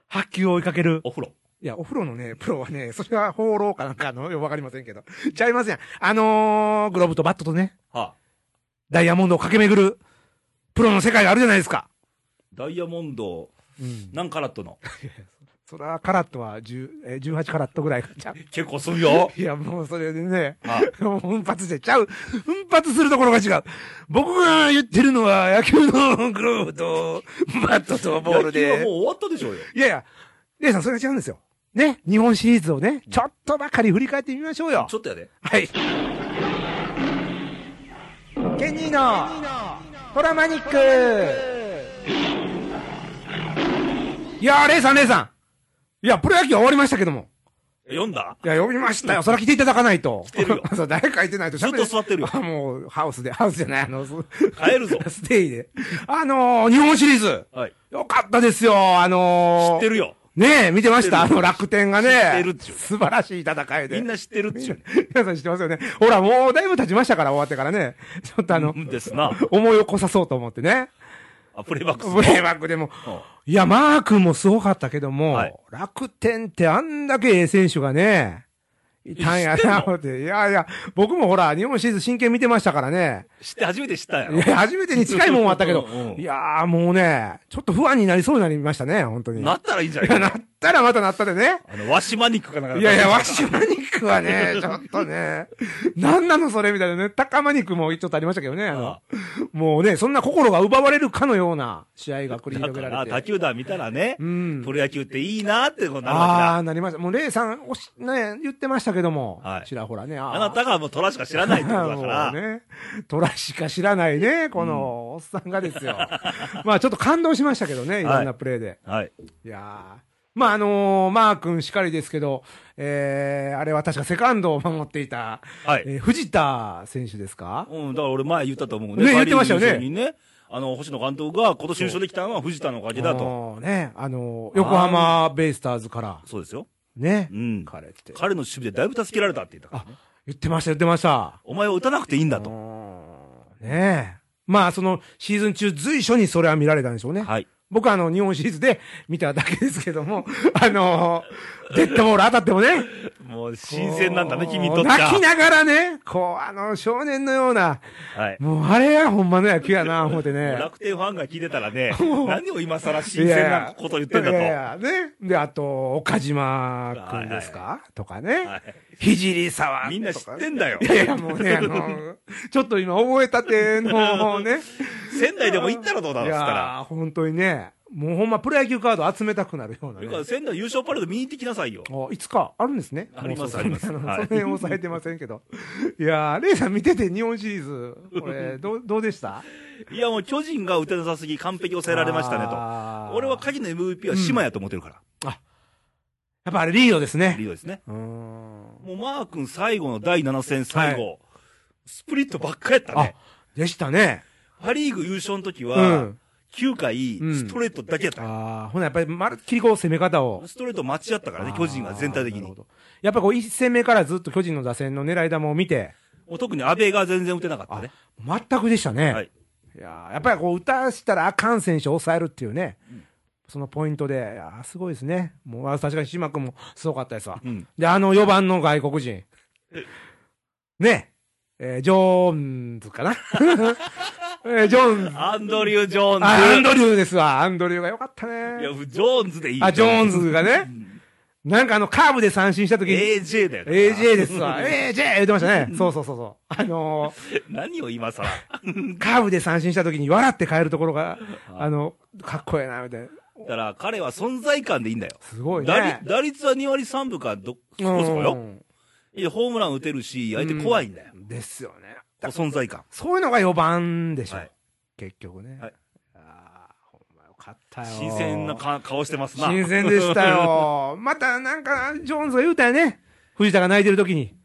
Speaker 2: 波及を追いかける。
Speaker 1: お風呂。
Speaker 2: いや、お風呂のね、 プロはね、それは放浪かなんかの、よくわかりませんけど。ちゃいません。あのーグローブとバットとね、
Speaker 1: はあ、
Speaker 2: ダイヤモンドを駆け巡る、プロの世界があるじゃないですか。
Speaker 1: ダイヤモンド、
Speaker 2: うん。
Speaker 1: 何カラットの
Speaker 2: そら、カラットは10、えー18カラットぐらいかちゃう
Speaker 1: 結構する よ。
Speaker 2: いや、もうそれでね、
Speaker 1: あ
Speaker 2: もう奮発してちゃう。奮発するところが違う。僕が言ってるのは野球のグローブとバットとボール
Speaker 1: 野球はも
Speaker 2: で
Speaker 1: う。終わったでし ょうよ。
Speaker 2: いやいや、レイさんそれが違うんですよ。ね、日本シリーズをね、ちょっとばかり振り返ってみましょうよ
Speaker 1: ち。ょっとやで。
Speaker 2: はい。ケニーのトラマニックいやー、レイさん、レイさん。いや、プロ野球は終わりましたけども。
Speaker 1: 読んだ
Speaker 2: いや、読みましたよ。それは来ていただかないと。
Speaker 1: てるよ
Speaker 2: そう、誰かいてないと
Speaker 1: ずっと座ってるよ
Speaker 2: あもう、ハウスで、ハウスじゃない、あの、す
Speaker 1: 帰るぞ。
Speaker 2: ステイで。あのー、日本シリーズ。
Speaker 1: はい。
Speaker 2: よかったですよ、あの
Speaker 1: 知
Speaker 2: ー、
Speaker 1: ってるよ。
Speaker 2: ねえ、見てましたあの楽天がね。
Speaker 1: 知ってるっちゅう
Speaker 2: 素晴らしい戦いで。
Speaker 1: みんな知ってるっ ちゅう。
Speaker 2: 皆さん知ってますよね。ほら、もうだいぶ経ちましたから、終わってからね。ちょっとあの、
Speaker 1: ですな。
Speaker 2: 思い起こさそうと思ってね。
Speaker 1: あ、プレイバックス。
Speaker 2: ブレイバックでも。いや、マー君もすごかったけども、
Speaker 1: はい
Speaker 2: 楽天ってあんだけええ選手がね、いたんや
Speaker 1: 知ってん
Speaker 2: な、
Speaker 1: の
Speaker 2: 思って。いやいや、僕もほら、日本シリーズ真剣見てましたからね。
Speaker 1: 知って初めて知ったんや
Speaker 2: いや、初めてに近いもんはあったけど
Speaker 1: うん、うん
Speaker 2: いやーもうね、ちょっと不安になりそうになりましたね、本当に。
Speaker 1: ろ。なったらいいんじゃ
Speaker 2: い
Speaker 1: な
Speaker 2: や ないったらまたなったでね。
Speaker 1: あの、ワシマニックかなんか。
Speaker 2: いやいや、ワシマニックはね、ちょっとね、なんなのそれみたいなね、高マニックもちょっとありましたけどね、あの
Speaker 1: あ、
Speaker 2: もうね、そんな心が奪われるかのような試合が繰り
Speaker 1: だ
Speaker 2: 広
Speaker 1: か
Speaker 2: げ
Speaker 1: ら、
Speaker 2: ら
Speaker 1: 他
Speaker 2: れて。
Speaker 1: 球団見たらね、
Speaker 2: うん
Speaker 1: プロ野球っていいなってことになる
Speaker 2: あ
Speaker 1: わ
Speaker 2: あ、なりました。もう、レイさん、おし、ね、言ってましたけども、
Speaker 1: はい
Speaker 2: ちらほらね。あ
Speaker 1: あなたがもう虎しか知らないってことだから、
Speaker 2: もうね。虎しか知らないね、このおっさんがですよ。まあちょっと感動しましたけどね、いろんなプレーで。
Speaker 1: はい、
Speaker 2: い、やーまああのーマー君しかりですけど、えー、あれは確かセカンドを守っていた、
Speaker 1: はい
Speaker 2: えー藤田選手ですか
Speaker 1: うん、だから俺、前言ったと思う
Speaker 2: ね言ってましたよね
Speaker 1: パリーグ優勝にあの星野監督が今年優勝できたのは藤田のおかげだと、
Speaker 2: もうね、あのー横浜ベイスターズから、
Speaker 1: そうですよ、
Speaker 2: ね
Speaker 1: う、ん、
Speaker 2: 彼って。
Speaker 1: 彼の守備でだいぶ助けられたって言ったから、
Speaker 2: あ、言ってました、言ってました。
Speaker 1: お前を打たなくていいんだと、
Speaker 2: うんねえ。まあ、その、シーズン中随所にそれは見られたんでしょうね。
Speaker 1: はい、
Speaker 2: 僕はあの、日本シリーズで見ただけですけども、あのー、デッドボール当たってもね。
Speaker 1: もう新鮮なんだね、君にとっては
Speaker 2: 泣きながらね、こう、あの、少年のような、
Speaker 1: はい、
Speaker 2: もうあれがほんまの野球やな、思って
Speaker 1: もう
Speaker 2: ね。
Speaker 1: 楽天ファンが聞いてたら ね、何を今さら新鮮なこと言ってんだ
Speaker 2: い
Speaker 1: と。
Speaker 2: やいやね。で、あと、岡島くんですか、とかね。
Speaker 1: はい
Speaker 2: 肘沢
Speaker 1: みんな知って
Speaker 2: ん
Speaker 1: んだよ
Speaker 2: い。やいや、もうね、あの、 ちょっと今覚えたてのね。
Speaker 1: 仙台でも行ったらどうだろうっ
Speaker 2: い
Speaker 1: つったら。
Speaker 2: やー本当にね、もうほんまプロ野球カード集めたくなるような
Speaker 1: というか
Speaker 2: ね。
Speaker 1: 仙台優勝パレード見に行ってきなさいよ。
Speaker 2: あいつか、あるんですね。
Speaker 1: あります
Speaker 2: も
Speaker 1: あ
Speaker 2: う
Speaker 1: ります
Speaker 2: その
Speaker 1: はい
Speaker 2: その辺抑えてませんけど。 いやー、レイさん見てて日本シリーズ、こ れ、どう、どうでした
Speaker 1: いやもう巨人が打てなさすぎ完璧抑えられましたねと。
Speaker 2: と
Speaker 1: 俺は鍵の MVP は島やと思ってるから。
Speaker 2: やっぱあれリードです
Speaker 1: リ
Speaker 2: ね。
Speaker 1: ードですね。
Speaker 2: うーん。
Speaker 1: もうマー君最後の第7戦最後、スプリットばっかやった
Speaker 2: あ
Speaker 1: ね。、
Speaker 2: でしたね。
Speaker 1: パリーグ優勝の時
Speaker 2: う
Speaker 1: は、
Speaker 2: ん。
Speaker 1: 9回
Speaker 2: うん
Speaker 1: ストレートだけやった。
Speaker 2: ああ、ほなやっぱりまるっきりこう攻め方を。
Speaker 1: ストレート待ち合ったからね、巨人が全体的
Speaker 2: あーな
Speaker 1: に
Speaker 2: るほ。どやっぱこう一戦目からずっと巨人の打線の狙い球を見て、
Speaker 1: もう特に阿部が全然打てなかったね。
Speaker 2: 全くでしたね。
Speaker 1: はい
Speaker 2: い、やーやっぱりこう打たしたらあかん選手を抑えるっていうね、そのポイントで、いやーすごいですね。もうあ確かに島君もすごかったですわ。
Speaker 1: うん。
Speaker 2: で、あの4番の外国 人。ね。えージョーンズかな えージョーンズ。
Speaker 1: アンドリュー・ジョーンズ。
Speaker 2: あ、アンドリューですわ。アンドリューが良かった
Speaker 1: いや、
Speaker 2: ね。
Speaker 1: ジョーンズでいい。
Speaker 2: あ、ジョーンズがね。なんかあの、カーブで三振した時に、
Speaker 1: AJ だよ。
Speaker 2: AJ です わ。AJ! 言ってましたね。そうそうそうそう。あの
Speaker 1: 何を今さら。
Speaker 2: ー、カーブで三振した時に笑って帰るところが、あの、かっこええな、みたいな。
Speaker 1: だから彼は存在感でいいんだよ。
Speaker 2: すごい
Speaker 1: 打
Speaker 2: ね
Speaker 1: 率。打率は2割3分かど、そこそこ
Speaker 2: う
Speaker 1: よ。
Speaker 2: ん
Speaker 1: いやホームラン打てるし、相手怖いんだよ。
Speaker 2: ですよね。
Speaker 1: こう存在感。
Speaker 2: そういうのが4番でしょ
Speaker 1: はい。
Speaker 2: 結局ね。
Speaker 1: はい
Speaker 2: あーほんまよかったよ。
Speaker 1: 新鮮なか顔してますな。
Speaker 2: 新鮮でした。よ。またなんか、ジョーンズが言うたよね。藤田が泣いてる時に。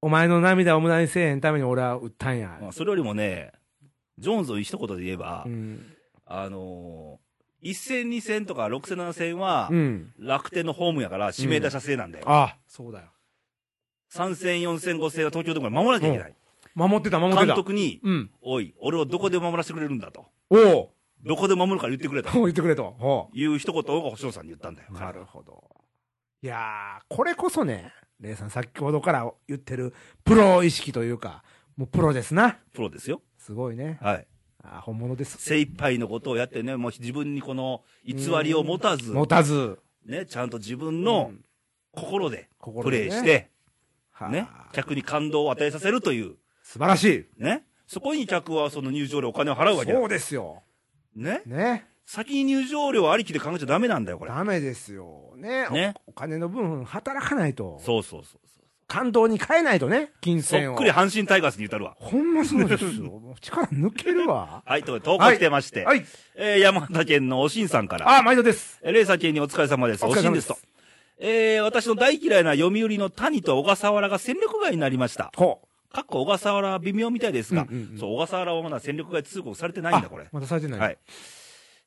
Speaker 2: お前の涙を無駄にせえへんために俺は売ったんや。
Speaker 1: まあそれよりもね、ジョーンズを一言で言えば
Speaker 2: う、ん。
Speaker 1: あのー、1戦2戦とか6戦7戦は
Speaker 2: う、ん。
Speaker 1: 楽天のホームやから指名打者制なんだよ。
Speaker 2: ああ、そうだよ。
Speaker 1: 3戦4戦5戦は東京ドームで守らなきゃいけない。
Speaker 2: 守ってた、守って
Speaker 1: 監
Speaker 2: た。
Speaker 1: 督に、
Speaker 2: うん。
Speaker 1: おい、俺をどこで守らせてくれるんだと。
Speaker 2: おお
Speaker 1: どこで守るから言ってくれと。
Speaker 2: 言ってくれと。ほ
Speaker 1: いう一言を星野さんに言ったんだよ。
Speaker 2: う。なるほど。いやー、これこそね、レイさん先ほどから言ってるプロ意識というか、もうプロですな。
Speaker 1: プロですよ。
Speaker 2: すごいね。
Speaker 1: はい。
Speaker 2: あー本物です。
Speaker 1: 精一杯のことをやってね、もう自分にこの偽りを持たず、
Speaker 2: 持たず。
Speaker 1: ね、ちゃんと自分の
Speaker 2: うん
Speaker 1: 心で
Speaker 2: 心
Speaker 1: プ
Speaker 2: でね
Speaker 1: レイして、
Speaker 2: はあ
Speaker 1: ね、客に感動を与えさせるという、
Speaker 2: 素晴らしい。
Speaker 1: ね。そこに客はその入場料お金を払うわけだ
Speaker 2: そう。ですよ。
Speaker 1: ね。
Speaker 2: ね。
Speaker 1: 先に入場料ありきで考えちゃダメなんだよ、これ。
Speaker 2: ダメですよ。ね。
Speaker 1: ね
Speaker 2: おお金の分働かないと。
Speaker 1: そうそうそうそう。
Speaker 2: 感動に変えないとね。金
Speaker 1: そ
Speaker 2: 銭
Speaker 1: っ
Speaker 2: を。
Speaker 1: くり阪神タイガースに言ったるわ。
Speaker 2: ほんまそうですよ。 もう力抜ける わ。
Speaker 1: はい、ということで投稿してまして、
Speaker 2: はい。
Speaker 1: えー山形県のおしんさんから。
Speaker 2: あー、毎度です。
Speaker 1: えーレイさん県にお疲れ様です。
Speaker 2: お
Speaker 1: お
Speaker 2: 疲れ
Speaker 1: し
Speaker 2: 様
Speaker 1: ん
Speaker 2: で
Speaker 1: ですすと。えー私の大嫌いな読売の谷と小笠原が戦力外になりました。
Speaker 2: ほう。
Speaker 1: かっこ小笠原は微妙みたいですが、
Speaker 2: うんうんうん
Speaker 1: そう、小笠原はまだ戦力外通告されてないんだ、
Speaker 2: あ
Speaker 1: これ。
Speaker 2: まだされてない。
Speaker 1: はい。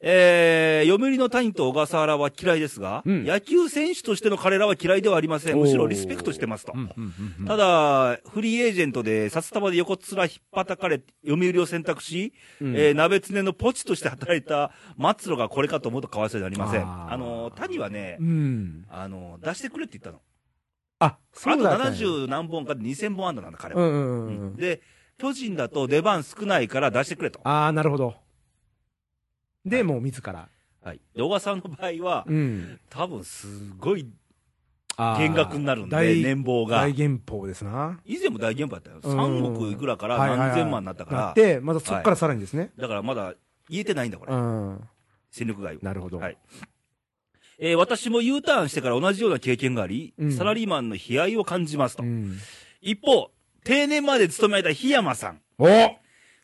Speaker 1: えー、読売の谷と小笠原は嫌いですが、
Speaker 2: うん
Speaker 1: 野球選手としての彼らは嫌いではありません。
Speaker 2: おー
Speaker 1: むしろリスペクトしてますと。
Speaker 2: うんうんうんうん
Speaker 1: ただ、フリーエージェントで札束で横っ面ひっぱたかれ、読売を選択し、
Speaker 2: うん
Speaker 1: えー鍋つねのポチとして働いた末路がこれかと思うとかわいそうになりません。
Speaker 2: あ
Speaker 1: あ
Speaker 2: ー
Speaker 1: の、谷はね、
Speaker 2: うん。
Speaker 1: あの、出してくれって言ったの。
Speaker 2: あ、
Speaker 1: あ
Speaker 2: そう
Speaker 1: と
Speaker 2: だったんや。
Speaker 1: 70何本かで2000本安打なんだ、彼
Speaker 2: う
Speaker 1: は。
Speaker 2: んうんうんうん。
Speaker 1: で、巨人だと出番少ないから出してくれと。
Speaker 2: ああ、なるほど。で、もう自ら。
Speaker 1: はい。で、小川さんの場合は、
Speaker 2: うん。
Speaker 1: 多分すごい
Speaker 2: あー
Speaker 1: 減額になるんで、
Speaker 2: 大
Speaker 1: 年俸が
Speaker 2: 大。減俸ですな。
Speaker 1: 以前も大減俸だったよ。
Speaker 2: うん
Speaker 1: 3億いくらから
Speaker 2: はいはいはい
Speaker 1: 何千万になった
Speaker 2: な
Speaker 1: か
Speaker 2: って、またそこからさらにですね。
Speaker 1: ら、だからまだ言えてないんだ、これ
Speaker 2: う。ん。
Speaker 1: 戦力外を。
Speaker 2: なるほど。
Speaker 1: はいえー私も U ターンしてから同じような経験があり、
Speaker 2: うん
Speaker 1: サラリーマンの悲哀を感じますと。
Speaker 2: うん。
Speaker 1: 一方、定年まで勤められた檜山さん、
Speaker 2: お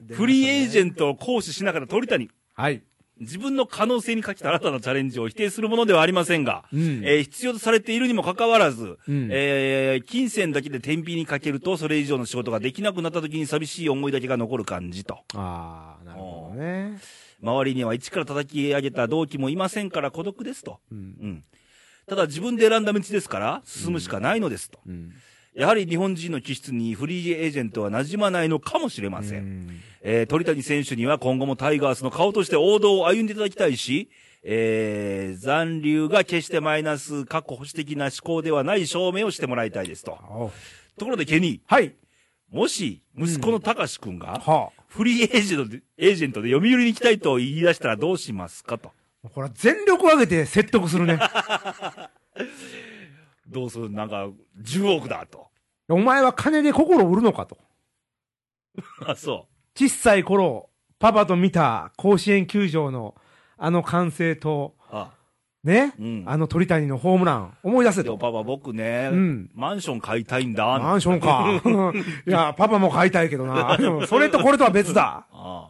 Speaker 1: フリーエージェントを行使しながら鳥谷、
Speaker 2: はい。
Speaker 1: 自分の可能性にかけた新たなチャレンジを否定するものではありませんが、
Speaker 2: うん
Speaker 1: えー必要とされているにもかかわらず、
Speaker 2: うん
Speaker 1: えー金銭だけで天秤にかけると、それ以上の仕事ができなくなった時に寂しい思いだけが残る感じと。
Speaker 2: ああ、なるほどね。
Speaker 1: 周りには一から叩き上げた同期もいませんから孤独ですと。
Speaker 2: うん。
Speaker 1: うん。ただ自分で選んだ道ですから、進むしかないのですと。
Speaker 2: うん。
Speaker 1: やはり日本人の気質にフリーエージェントは馴染まないのかもしれません。えー鳥谷選手には今後もタイガースの顔として王道を歩んでいただきたいし、えー残留が決してマイナス、過去保守的な思考ではない証明をしてもらいたいですと。
Speaker 2: お
Speaker 1: ところでケニ
Speaker 2: はい。
Speaker 1: ー、もし息子の隆くんが、
Speaker 2: は
Speaker 1: フリーエージェントで、エージェントで読売に行きたいと言い出したらどうしますかと。
Speaker 2: あ。これは全力を挙げて説得するね。
Speaker 1: どうするなんか、10億だと。
Speaker 2: お前は金で心を売るのかと。
Speaker 1: あ、そ
Speaker 2: 小さい頃、パパと見た甲子園球場のあの歓声と
Speaker 1: う。、あ、
Speaker 2: ね、
Speaker 1: うん
Speaker 2: あの鳥谷のホームラン、思い出せ
Speaker 1: で
Speaker 2: と
Speaker 1: も。パパ僕ね、
Speaker 2: うん
Speaker 1: マンション買いたいんだ。
Speaker 2: マ
Speaker 1: ン
Speaker 2: ンションか。 いや、パパも買いたいけどな。でもそれとこれとは別だ。
Speaker 1: あ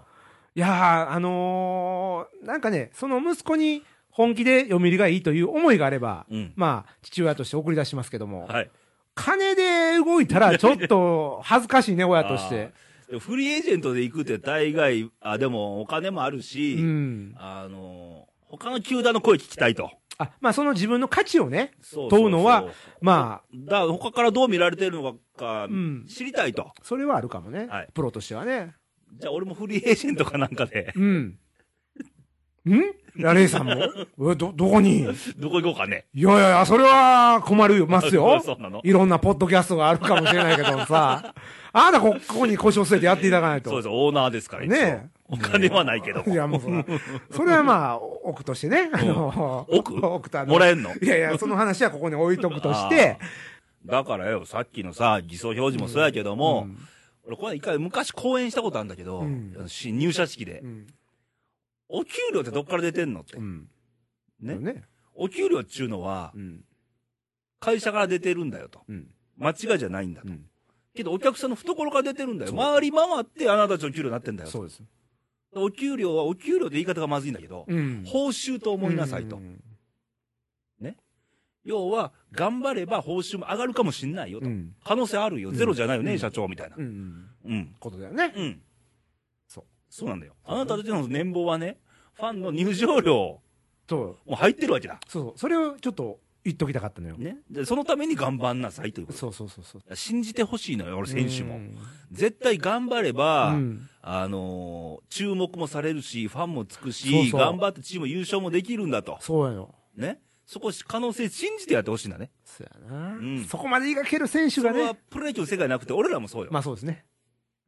Speaker 2: いやー、あのーなんかね、その息子に本気で読売がいいという思いがあれば、
Speaker 1: うん
Speaker 2: まあ、父親として送り出しますけども、
Speaker 1: あ。はい。
Speaker 2: 金で動いたらちょっと恥ずかしいね、親として。
Speaker 1: あー。フリーエージェントで行くって大概、あ、でもお金もあるし、
Speaker 2: うん。
Speaker 1: あの、他の球団の声聞きたいと。
Speaker 2: あ、まあ、その自分の価値をね、
Speaker 1: そ
Speaker 2: 問うのは、まあ、
Speaker 1: だから他からどう見られてるのか、
Speaker 2: ん
Speaker 1: 知りたいと。
Speaker 2: それはあるかもね、
Speaker 1: はい
Speaker 2: プロとしてはね。
Speaker 1: じゃあ俺もフリーエージェントかなんかで、
Speaker 2: うん。んラレイさんもえど、どこに
Speaker 1: どこ行こうかね。。
Speaker 2: いやいやいや、それは困るよ、ます よ
Speaker 1: そうなの
Speaker 2: いろんなポッドキャストがあるかもしれないけ どさ、あなたこ、ここに腰を据えてやっていただかな
Speaker 1: そ
Speaker 2: い
Speaker 1: う
Speaker 2: と
Speaker 1: で。す、オーナーですから、一応
Speaker 2: ね
Speaker 1: お金はないけど。
Speaker 2: いや、もうそら、それはまあ、お奥としてね、あの、
Speaker 1: 奥
Speaker 2: 奥とあの
Speaker 1: もらえんの
Speaker 2: いやいや、その話はここに置いとくとして、
Speaker 1: だからよ、さっきのさ、偽装表示もそうやけども、俺、これ一回昔講演したことあるんだけど、
Speaker 2: うん
Speaker 1: あの新入社式で、
Speaker 2: うん。
Speaker 1: お給料ってどっから出てんのって。
Speaker 2: うん。
Speaker 1: ね
Speaker 2: ね。
Speaker 1: お給料っちゅうのは
Speaker 2: う、ん。
Speaker 1: 会社から出てるんだよと。
Speaker 2: うん。
Speaker 1: 間違いじゃないんだと。
Speaker 2: うん
Speaker 1: けど、お客さんの懐から出てるんだよ。
Speaker 2: そう
Speaker 1: 回り回って、あなたたちの給料になってんだよと。
Speaker 2: そうです。
Speaker 1: お給料は、お給料で言い方がまずいんだけど、
Speaker 2: うん
Speaker 1: 報酬と思いなさいと。
Speaker 2: うん
Speaker 1: 要は、頑張れば報酬も上がるかもしんないよと。
Speaker 2: うん。
Speaker 1: 可能性あるよ。
Speaker 2: うん
Speaker 1: ゼロじゃないよね、
Speaker 2: うん
Speaker 1: 社長みたいな
Speaker 2: う。ん。
Speaker 1: うん。
Speaker 2: ことだよね。
Speaker 1: うん。
Speaker 2: そう。
Speaker 1: そうなんだよ。あなたたちの年俸はね、ファンの入場料
Speaker 2: そう。
Speaker 1: も入ってるわけだ。
Speaker 2: そうそう。それをちょっと言っときたかったのよ。
Speaker 1: ね。で、そのために頑張んなさいということ。
Speaker 2: そうそうそうそう。
Speaker 1: 信じてほしいのよ、俺選手
Speaker 2: う
Speaker 1: も。
Speaker 2: ん
Speaker 1: 絶対頑張れば、
Speaker 2: うん
Speaker 1: あのー注目もされるし、ファンもつくし、
Speaker 2: そうそう
Speaker 1: 頑張ってチーム優勝もできるんだと。
Speaker 2: そうやの。
Speaker 1: ね。そこ、可能性信じてやってほしいんだね。
Speaker 2: そうやな、
Speaker 1: ん
Speaker 2: そこまで描ける選手
Speaker 1: そ
Speaker 2: が
Speaker 1: れは
Speaker 2: ね。
Speaker 1: プロ野球の世界なくて、俺らもそうよ。
Speaker 2: まあそうですね。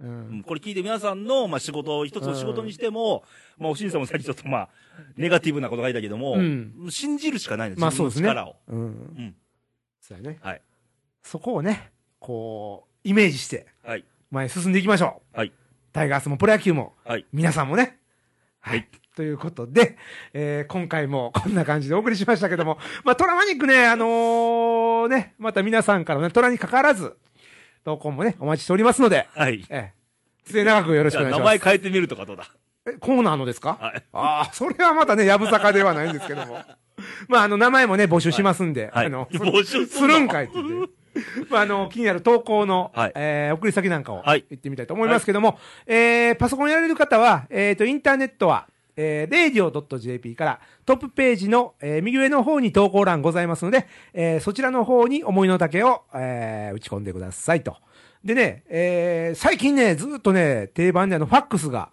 Speaker 2: う。
Speaker 1: うんんこれ聞いて皆さんの、まあ、仕事を、一つの仕事にしても、まあ、おしんさんもさっきちょっと、まあ、ネガティブなことがいたけども、
Speaker 2: うん
Speaker 1: 信じるしかないの、
Speaker 2: まあ
Speaker 1: 自分の力を。
Speaker 2: うん。
Speaker 1: うん
Speaker 2: そうやね。
Speaker 1: はい。
Speaker 2: そこをね、こう、イメージして、
Speaker 1: はい。
Speaker 2: 前に進んでいきましょう。
Speaker 1: はい。
Speaker 2: タイガースもプロ野球も、
Speaker 1: はい。
Speaker 2: 皆さんもね。
Speaker 1: はい。
Speaker 2: ということで、えー今回もこんな感じでお送りしましたけども、まあ、トラマニックね、あのーね、また皆さんからね、トラに関わらず、投稿もね、お待ちしておりますので、
Speaker 1: はい。
Speaker 2: えー、末永くよろし
Speaker 1: じ
Speaker 2: く
Speaker 1: ゃあ、
Speaker 2: お願いし
Speaker 1: 名
Speaker 2: ま
Speaker 1: 前
Speaker 2: す。
Speaker 1: 変えてみるとかどうだ。
Speaker 2: え、コーナーのですか
Speaker 1: はい。
Speaker 2: ああ、それはまたね、やぶさかではないんですけども。 まあ、あの、名前もね、募集しますんで、
Speaker 1: はい。
Speaker 2: あの、
Speaker 1: 募集
Speaker 2: するんか
Speaker 1: い。
Speaker 2: いって言って。まあ、あの、気になる投稿の、
Speaker 1: はい
Speaker 2: えー送り先なんかを、
Speaker 1: はい
Speaker 2: 言ってみたいと思いますけども、えーパソコンやられる方は、えっ、と、インターネットは、えー、radio.jp からトップページの、えー右上の方に投稿欄ございますので、えーそちらの方に思いの丈を、えー打ち込んでくださいと。でね、えー最近ね、ずっとね、定番であの、ファックスが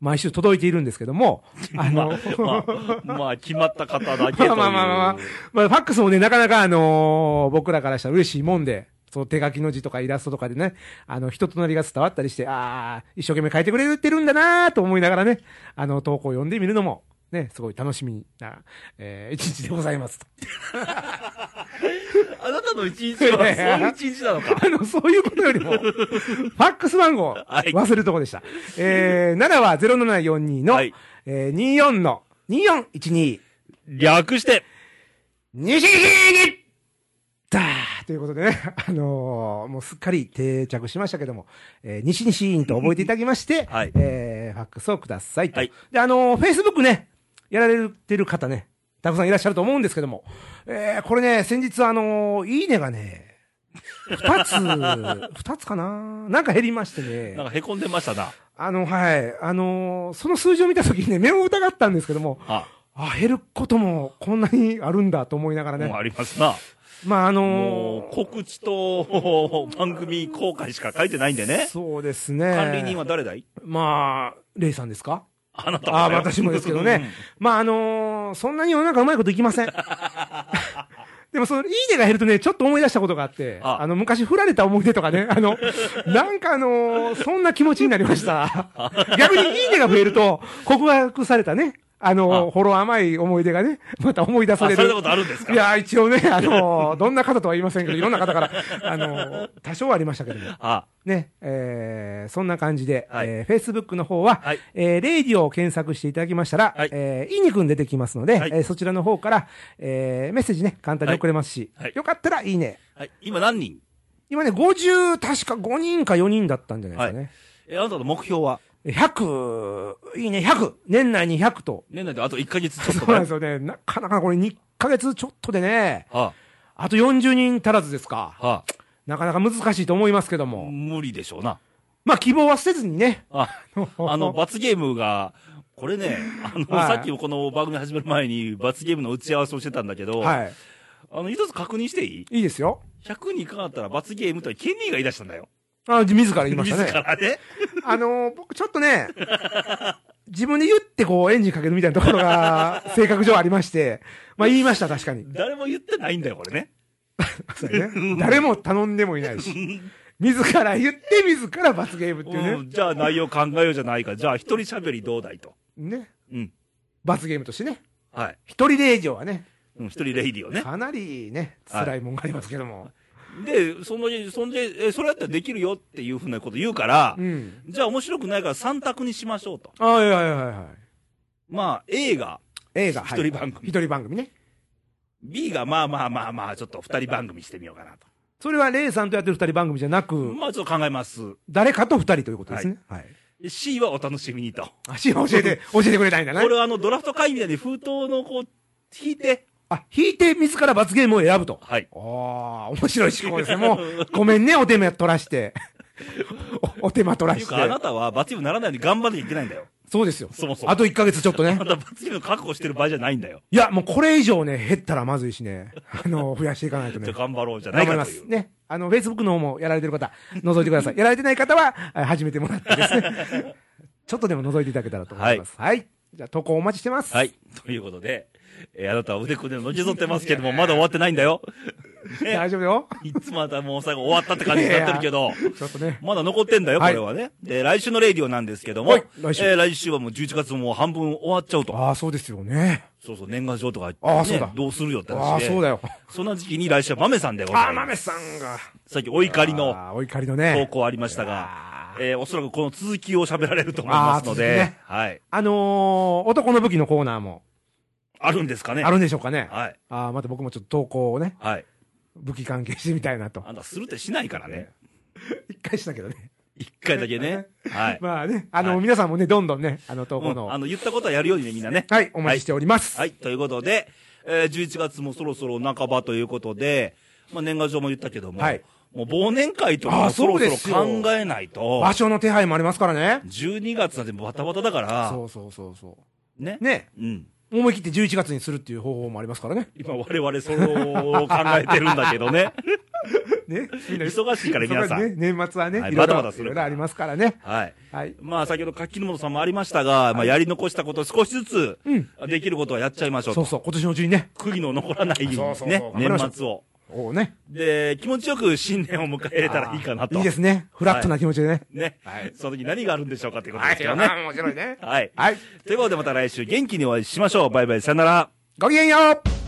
Speaker 2: 毎週届いているんですけども、あの、
Speaker 1: まあ、まあ、決まった方だけとい
Speaker 2: ま
Speaker 1: う。
Speaker 2: あ まあまあまあまあ、まあ、ファックスもね、なかなかあのー僕らからしたら嬉しいもんで、その手書きの字とかイラストとかでね、あの、人となりが伝わったりして、ああ、一生懸命書いてくれてるんだなーと思いながらね、あの、投稿を読んでみるのも、ね、すごい楽しみな、えー一日でございますと。
Speaker 1: あなたの一日は、そ ういう一日なのか。
Speaker 2: あの、そういうことよりも、ファックス番号、
Speaker 1: はい
Speaker 2: 忘れるとこでした。えー、7は0742の、
Speaker 1: はい
Speaker 2: えー、24の2412。
Speaker 1: 略して、
Speaker 2: 西日だということでね、 あのーもうすっかり定着しましたけども、えー、西西院と覚えていただきまして、
Speaker 1: はい
Speaker 2: えーファックスをくださいと。
Speaker 1: はい
Speaker 2: で、あのー、Facebook ね、やられてる方ね、たくさんいらっしゃると思うんですけども、えーこれね、先日あのーいいねがね、二つ、 二つかななんか減りましてね。
Speaker 1: なんかへこんでましたな。
Speaker 2: あの、はい。あのーその数字を見たときにね、目を疑ったんですけども、
Speaker 1: あ、
Speaker 2: あ、減ることもこんなにあるんだと思いながら
Speaker 1: もう
Speaker 2: ね。
Speaker 1: ありますな。
Speaker 2: まあ、あ
Speaker 1: も
Speaker 2: の
Speaker 1: う告知と番組公開しか書いてないんで
Speaker 2: ー
Speaker 1: ね。
Speaker 2: そうですね。
Speaker 1: 管理人は誰だい
Speaker 2: まあ、レイさんですか
Speaker 1: あなた
Speaker 2: あ
Speaker 1: は
Speaker 2: あ、
Speaker 1: だよ。
Speaker 2: 私もですけどね。まあ、あのーそんなに世の中うまいこといき ません。でもその、いいねが減るとね、ちょっと思い出したことがあって、
Speaker 1: あ
Speaker 2: あの、昔振られた思い出と かね、あの、なんかあのーそんな気持ちになりました。逆にいいねが増えると、告白されたね、あのー、ほろ甘い思い出がね、また思い出
Speaker 1: あ、
Speaker 2: さ
Speaker 1: さ
Speaker 2: れ
Speaker 1: れ
Speaker 2: る
Speaker 1: た。ことあるんですか
Speaker 2: いや、一応ね、あのーどんな方とは言いませんけど、いろんな方から、あのー多少はありましたけども。
Speaker 1: あ、
Speaker 2: ね、えーそんな感じで、
Speaker 1: はい
Speaker 2: えー Facebook の方は、
Speaker 1: はい
Speaker 2: えーレイディオを検索していただきましたら、
Speaker 1: はい
Speaker 2: えーいいにくん出てきますので、
Speaker 1: はい
Speaker 2: えーそちらの方から、えーメッセージね、簡単に送れますし、
Speaker 1: はいはい
Speaker 2: よかったらいいね。
Speaker 1: はい今何人
Speaker 2: 今ね、50、確か5人か4人だったんじゃないです
Speaker 1: え、あなたの目標は
Speaker 2: かね。100、いいね、100、年内に100と。
Speaker 1: 年内であと1ヶ月ちょっ
Speaker 2: そ
Speaker 1: と
Speaker 2: うなん
Speaker 1: ね
Speaker 2: ですよね。なかなかこれ2ヶ月ちょっとでね、
Speaker 1: は
Speaker 2: あと40人足らずですか。
Speaker 1: あ、は
Speaker 2: なかなか難しいと思いますけど
Speaker 1: あ、
Speaker 2: も。
Speaker 1: 無理でしょうな。
Speaker 2: まあ、希望は捨てずにね。
Speaker 1: あ、あの、罰ゲームが、これね、あの、
Speaker 2: はい
Speaker 1: さっきもこの番組始める前に罰ゲームの打ち合わせをしてたんだけど、
Speaker 2: は
Speaker 1: あの、一つ確認していい
Speaker 2: い。いいですよ。
Speaker 1: 100にかかったら罰ゲームとはケニーが言い出したんだよ。
Speaker 2: あ、自ら言いましたね。
Speaker 1: 自らね。
Speaker 2: あのー僕ちょっとね、 自分で言ってこうエンジンかけるみたいなところが 性格上ありまして、まあ言いました確かに。
Speaker 1: 誰も言ってないんだよ、これね。
Speaker 2: そうやね誰も頼んでもいないし。自ら言って自ら罰ゲームっていううん
Speaker 1: じゃあ内容考えようじゃないか。じゃあ一人喋りどうだいと。
Speaker 2: ね。ね。
Speaker 1: うん。
Speaker 2: 罰ゲームとしてね。
Speaker 1: はい。
Speaker 2: 一人令嬢はね、
Speaker 1: うん、一人レイディをね。
Speaker 2: かなりね、
Speaker 1: はい
Speaker 2: 辛いもんがありますけども。
Speaker 1: で、その、そんで、え、それやったらできるよっていうふうなこと言うから、
Speaker 2: うん。
Speaker 1: じゃあ面白くないから3択にしましょうと。
Speaker 2: ああ、いやいやいやいや。
Speaker 1: まあ、A が、
Speaker 2: 映画、はい
Speaker 1: 一人番組
Speaker 2: 一人番組ね。
Speaker 1: B がまあまあまあまあ、ちょっと2人番組してみようかなと。
Speaker 2: それはレイさんとやってる二人番組じゃなく、
Speaker 1: まあちょっと考えます。
Speaker 2: 誰かと二人ということですね。はい。
Speaker 1: で C はお楽しみにと。
Speaker 2: 足を教えて、教えてくれないんだね
Speaker 1: こ。れはあの、ドラフト会議みたいに封筒のこう、引いて、
Speaker 2: あ、引いて自ら罰ゲームを選ぶと。
Speaker 1: はい。
Speaker 2: ああ、面白い思考ですね。も う、ごめんね、お手間取らして。おお手間取
Speaker 1: っ
Speaker 2: ら
Speaker 1: てい
Speaker 2: し
Speaker 1: うか、あな
Speaker 2: て。
Speaker 1: たは罰ゲームならないように頑張らなきゃいけないんだよ。
Speaker 2: そうですよ。
Speaker 1: そもそも
Speaker 2: あと1ヶ月ちょっとね
Speaker 1: あ。なた罰ゲーム覚悟してる場合じゃないんだよ。
Speaker 2: いや、もうこれ以上ね、減ったらまずいしね。あの、増やしていかないと
Speaker 1: じゃ
Speaker 2: ね
Speaker 1: あ。頑張ろうじゃな
Speaker 2: 頑
Speaker 1: い
Speaker 2: 張りま
Speaker 1: かとい
Speaker 2: す。
Speaker 1: う。
Speaker 2: ね。あの、Facebook の方もやられてる方、覗いてください。やられてない方は、あ始めてもらってですね。 ちょっとでも覗いていただけたらと思います。はい。じゃあ、投稿お待ちしてます。
Speaker 1: はい。ということで、えーあなたは腕組んでのけぞってますけども、まだ終わってないんだよ。ね、
Speaker 2: 大丈夫よ。
Speaker 1: いつまたもう最後終わったって感じになってるけ ど。
Speaker 2: ちょっとね。
Speaker 1: まだ残ってんだよ、こ
Speaker 2: はい
Speaker 1: れはね。で、来週のレイディオなんですけども、
Speaker 2: はい来週
Speaker 1: えー来週はもう11月もう半分終わっちゃうと。
Speaker 2: ああ、そうですよね。
Speaker 1: そうそう、年賀状とか、ね、
Speaker 2: あーそうだ
Speaker 1: どうするよって
Speaker 2: あ
Speaker 1: 話
Speaker 2: あ、
Speaker 1: で。
Speaker 2: そうだよ。
Speaker 1: そんな時期に来週は豆さんでございます。
Speaker 2: ああ、豆さんが。
Speaker 1: さっきお怒りの
Speaker 2: あーお怒りのね。
Speaker 1: 投稿ありましたが、えーおそらくこの続きを喋られると思いますので、
Speaker 2: あー続きね
Speaker 1: はい。
Speaker 2: あのー、男の武器のコーナーも
Speaker 1: あるんですかね
Speaker 2: あるんでしょうかね。
Speaker 1: はい。
Speaker 2: ああ、また僕もちょっと投稿をね、
Speaker 1: はい。
Speaker 2: 武器関係してみたいなと
Speaker 1: あ。んたするってしないからね。
Speaker 2: 一回したけどね。
Speaker 1: 一回だけ ね。はい。
Speaker 2: まあね、あの、
Speaker 1: はい
Speaker 2: 皆さんもね、どんどんね、あの、投
Speaker 1: う
Speaker 2: 稿
Speaker 1: ん
Speaker 2: の、
Speaker 1: あの、言ったことはやるようにね、みんなね。
Speaker 2: はい、お待ちしております。
Speaker 1: はい、ということで、えー11月もそろそろ半ばということで、まあ、年賀状も言ったけども、
Speaker 2: はい
Speaker 1: もう忘年会と
Speaker 2: あ
Speaker 1: か
Speaker 2: ー
Speaker 1: もそろ
Speaker 2: そうです
Speaker 1: そろ
Speaker 2: よ
Speaker 1: 考えないと
Speaker 2: 場、所の手配もありますからね。
Speaker 1: 12月なんてバタバタだから、
Speaker 2: そうそうそうそ
Speaker 1: ね
Speaker 2: う。ね、
Speaker 1: うん、
Speaker 2: 思い切って11月にするっていう方法もありますか らね。
Speaker 1: 今、我々それを考えてるんだけど ね、
Speaker 2: ね、みんな
Speaker 1: 忙しいから、皆さ
Speaker 2: そうか
Speaker 1: ん。
Speaker 2: ね年末はね、
Speaker 1: はい
Speaker 2: いろいろ
Speaker 1: バタバタする
Speaker 2: いろいろありますからね。
Speaker 1: はい
Speaker 2: はい。
Speaker 1: まあ、先ほど柿本さんもありましたが、まあ、やり残したことを少しずつ、できることはやっちゃいましょう
Speaker 2: そ
Speaker 1: と
Speaker 2: うそう、今年のうちにね、
Speaker 1: 悔いの残らないように
Speaker 2: そうそうそう
Speaker 1: ね、
Speaker 2: 頑張りましょう
Speaker 1: 年末を。
Speaker 2: おうね。
Speaker 1: で、気持ちよく新年を迎えれたらいいかなと。
Speaker 2: いいですね。フラットな気持ちでね。
Speaker 1: ね。
Speaker 2: はい
Speaker 1: その時何があるんでしょうかということですよね。
Speaker 2: 面白いね。
Speaker 1: はい。
Speaker 2: はい。
Speaker 1: ということでまた来週元気にお会いしましょう。バイバイ、さよなら。
Speaker 2: ごきげんよう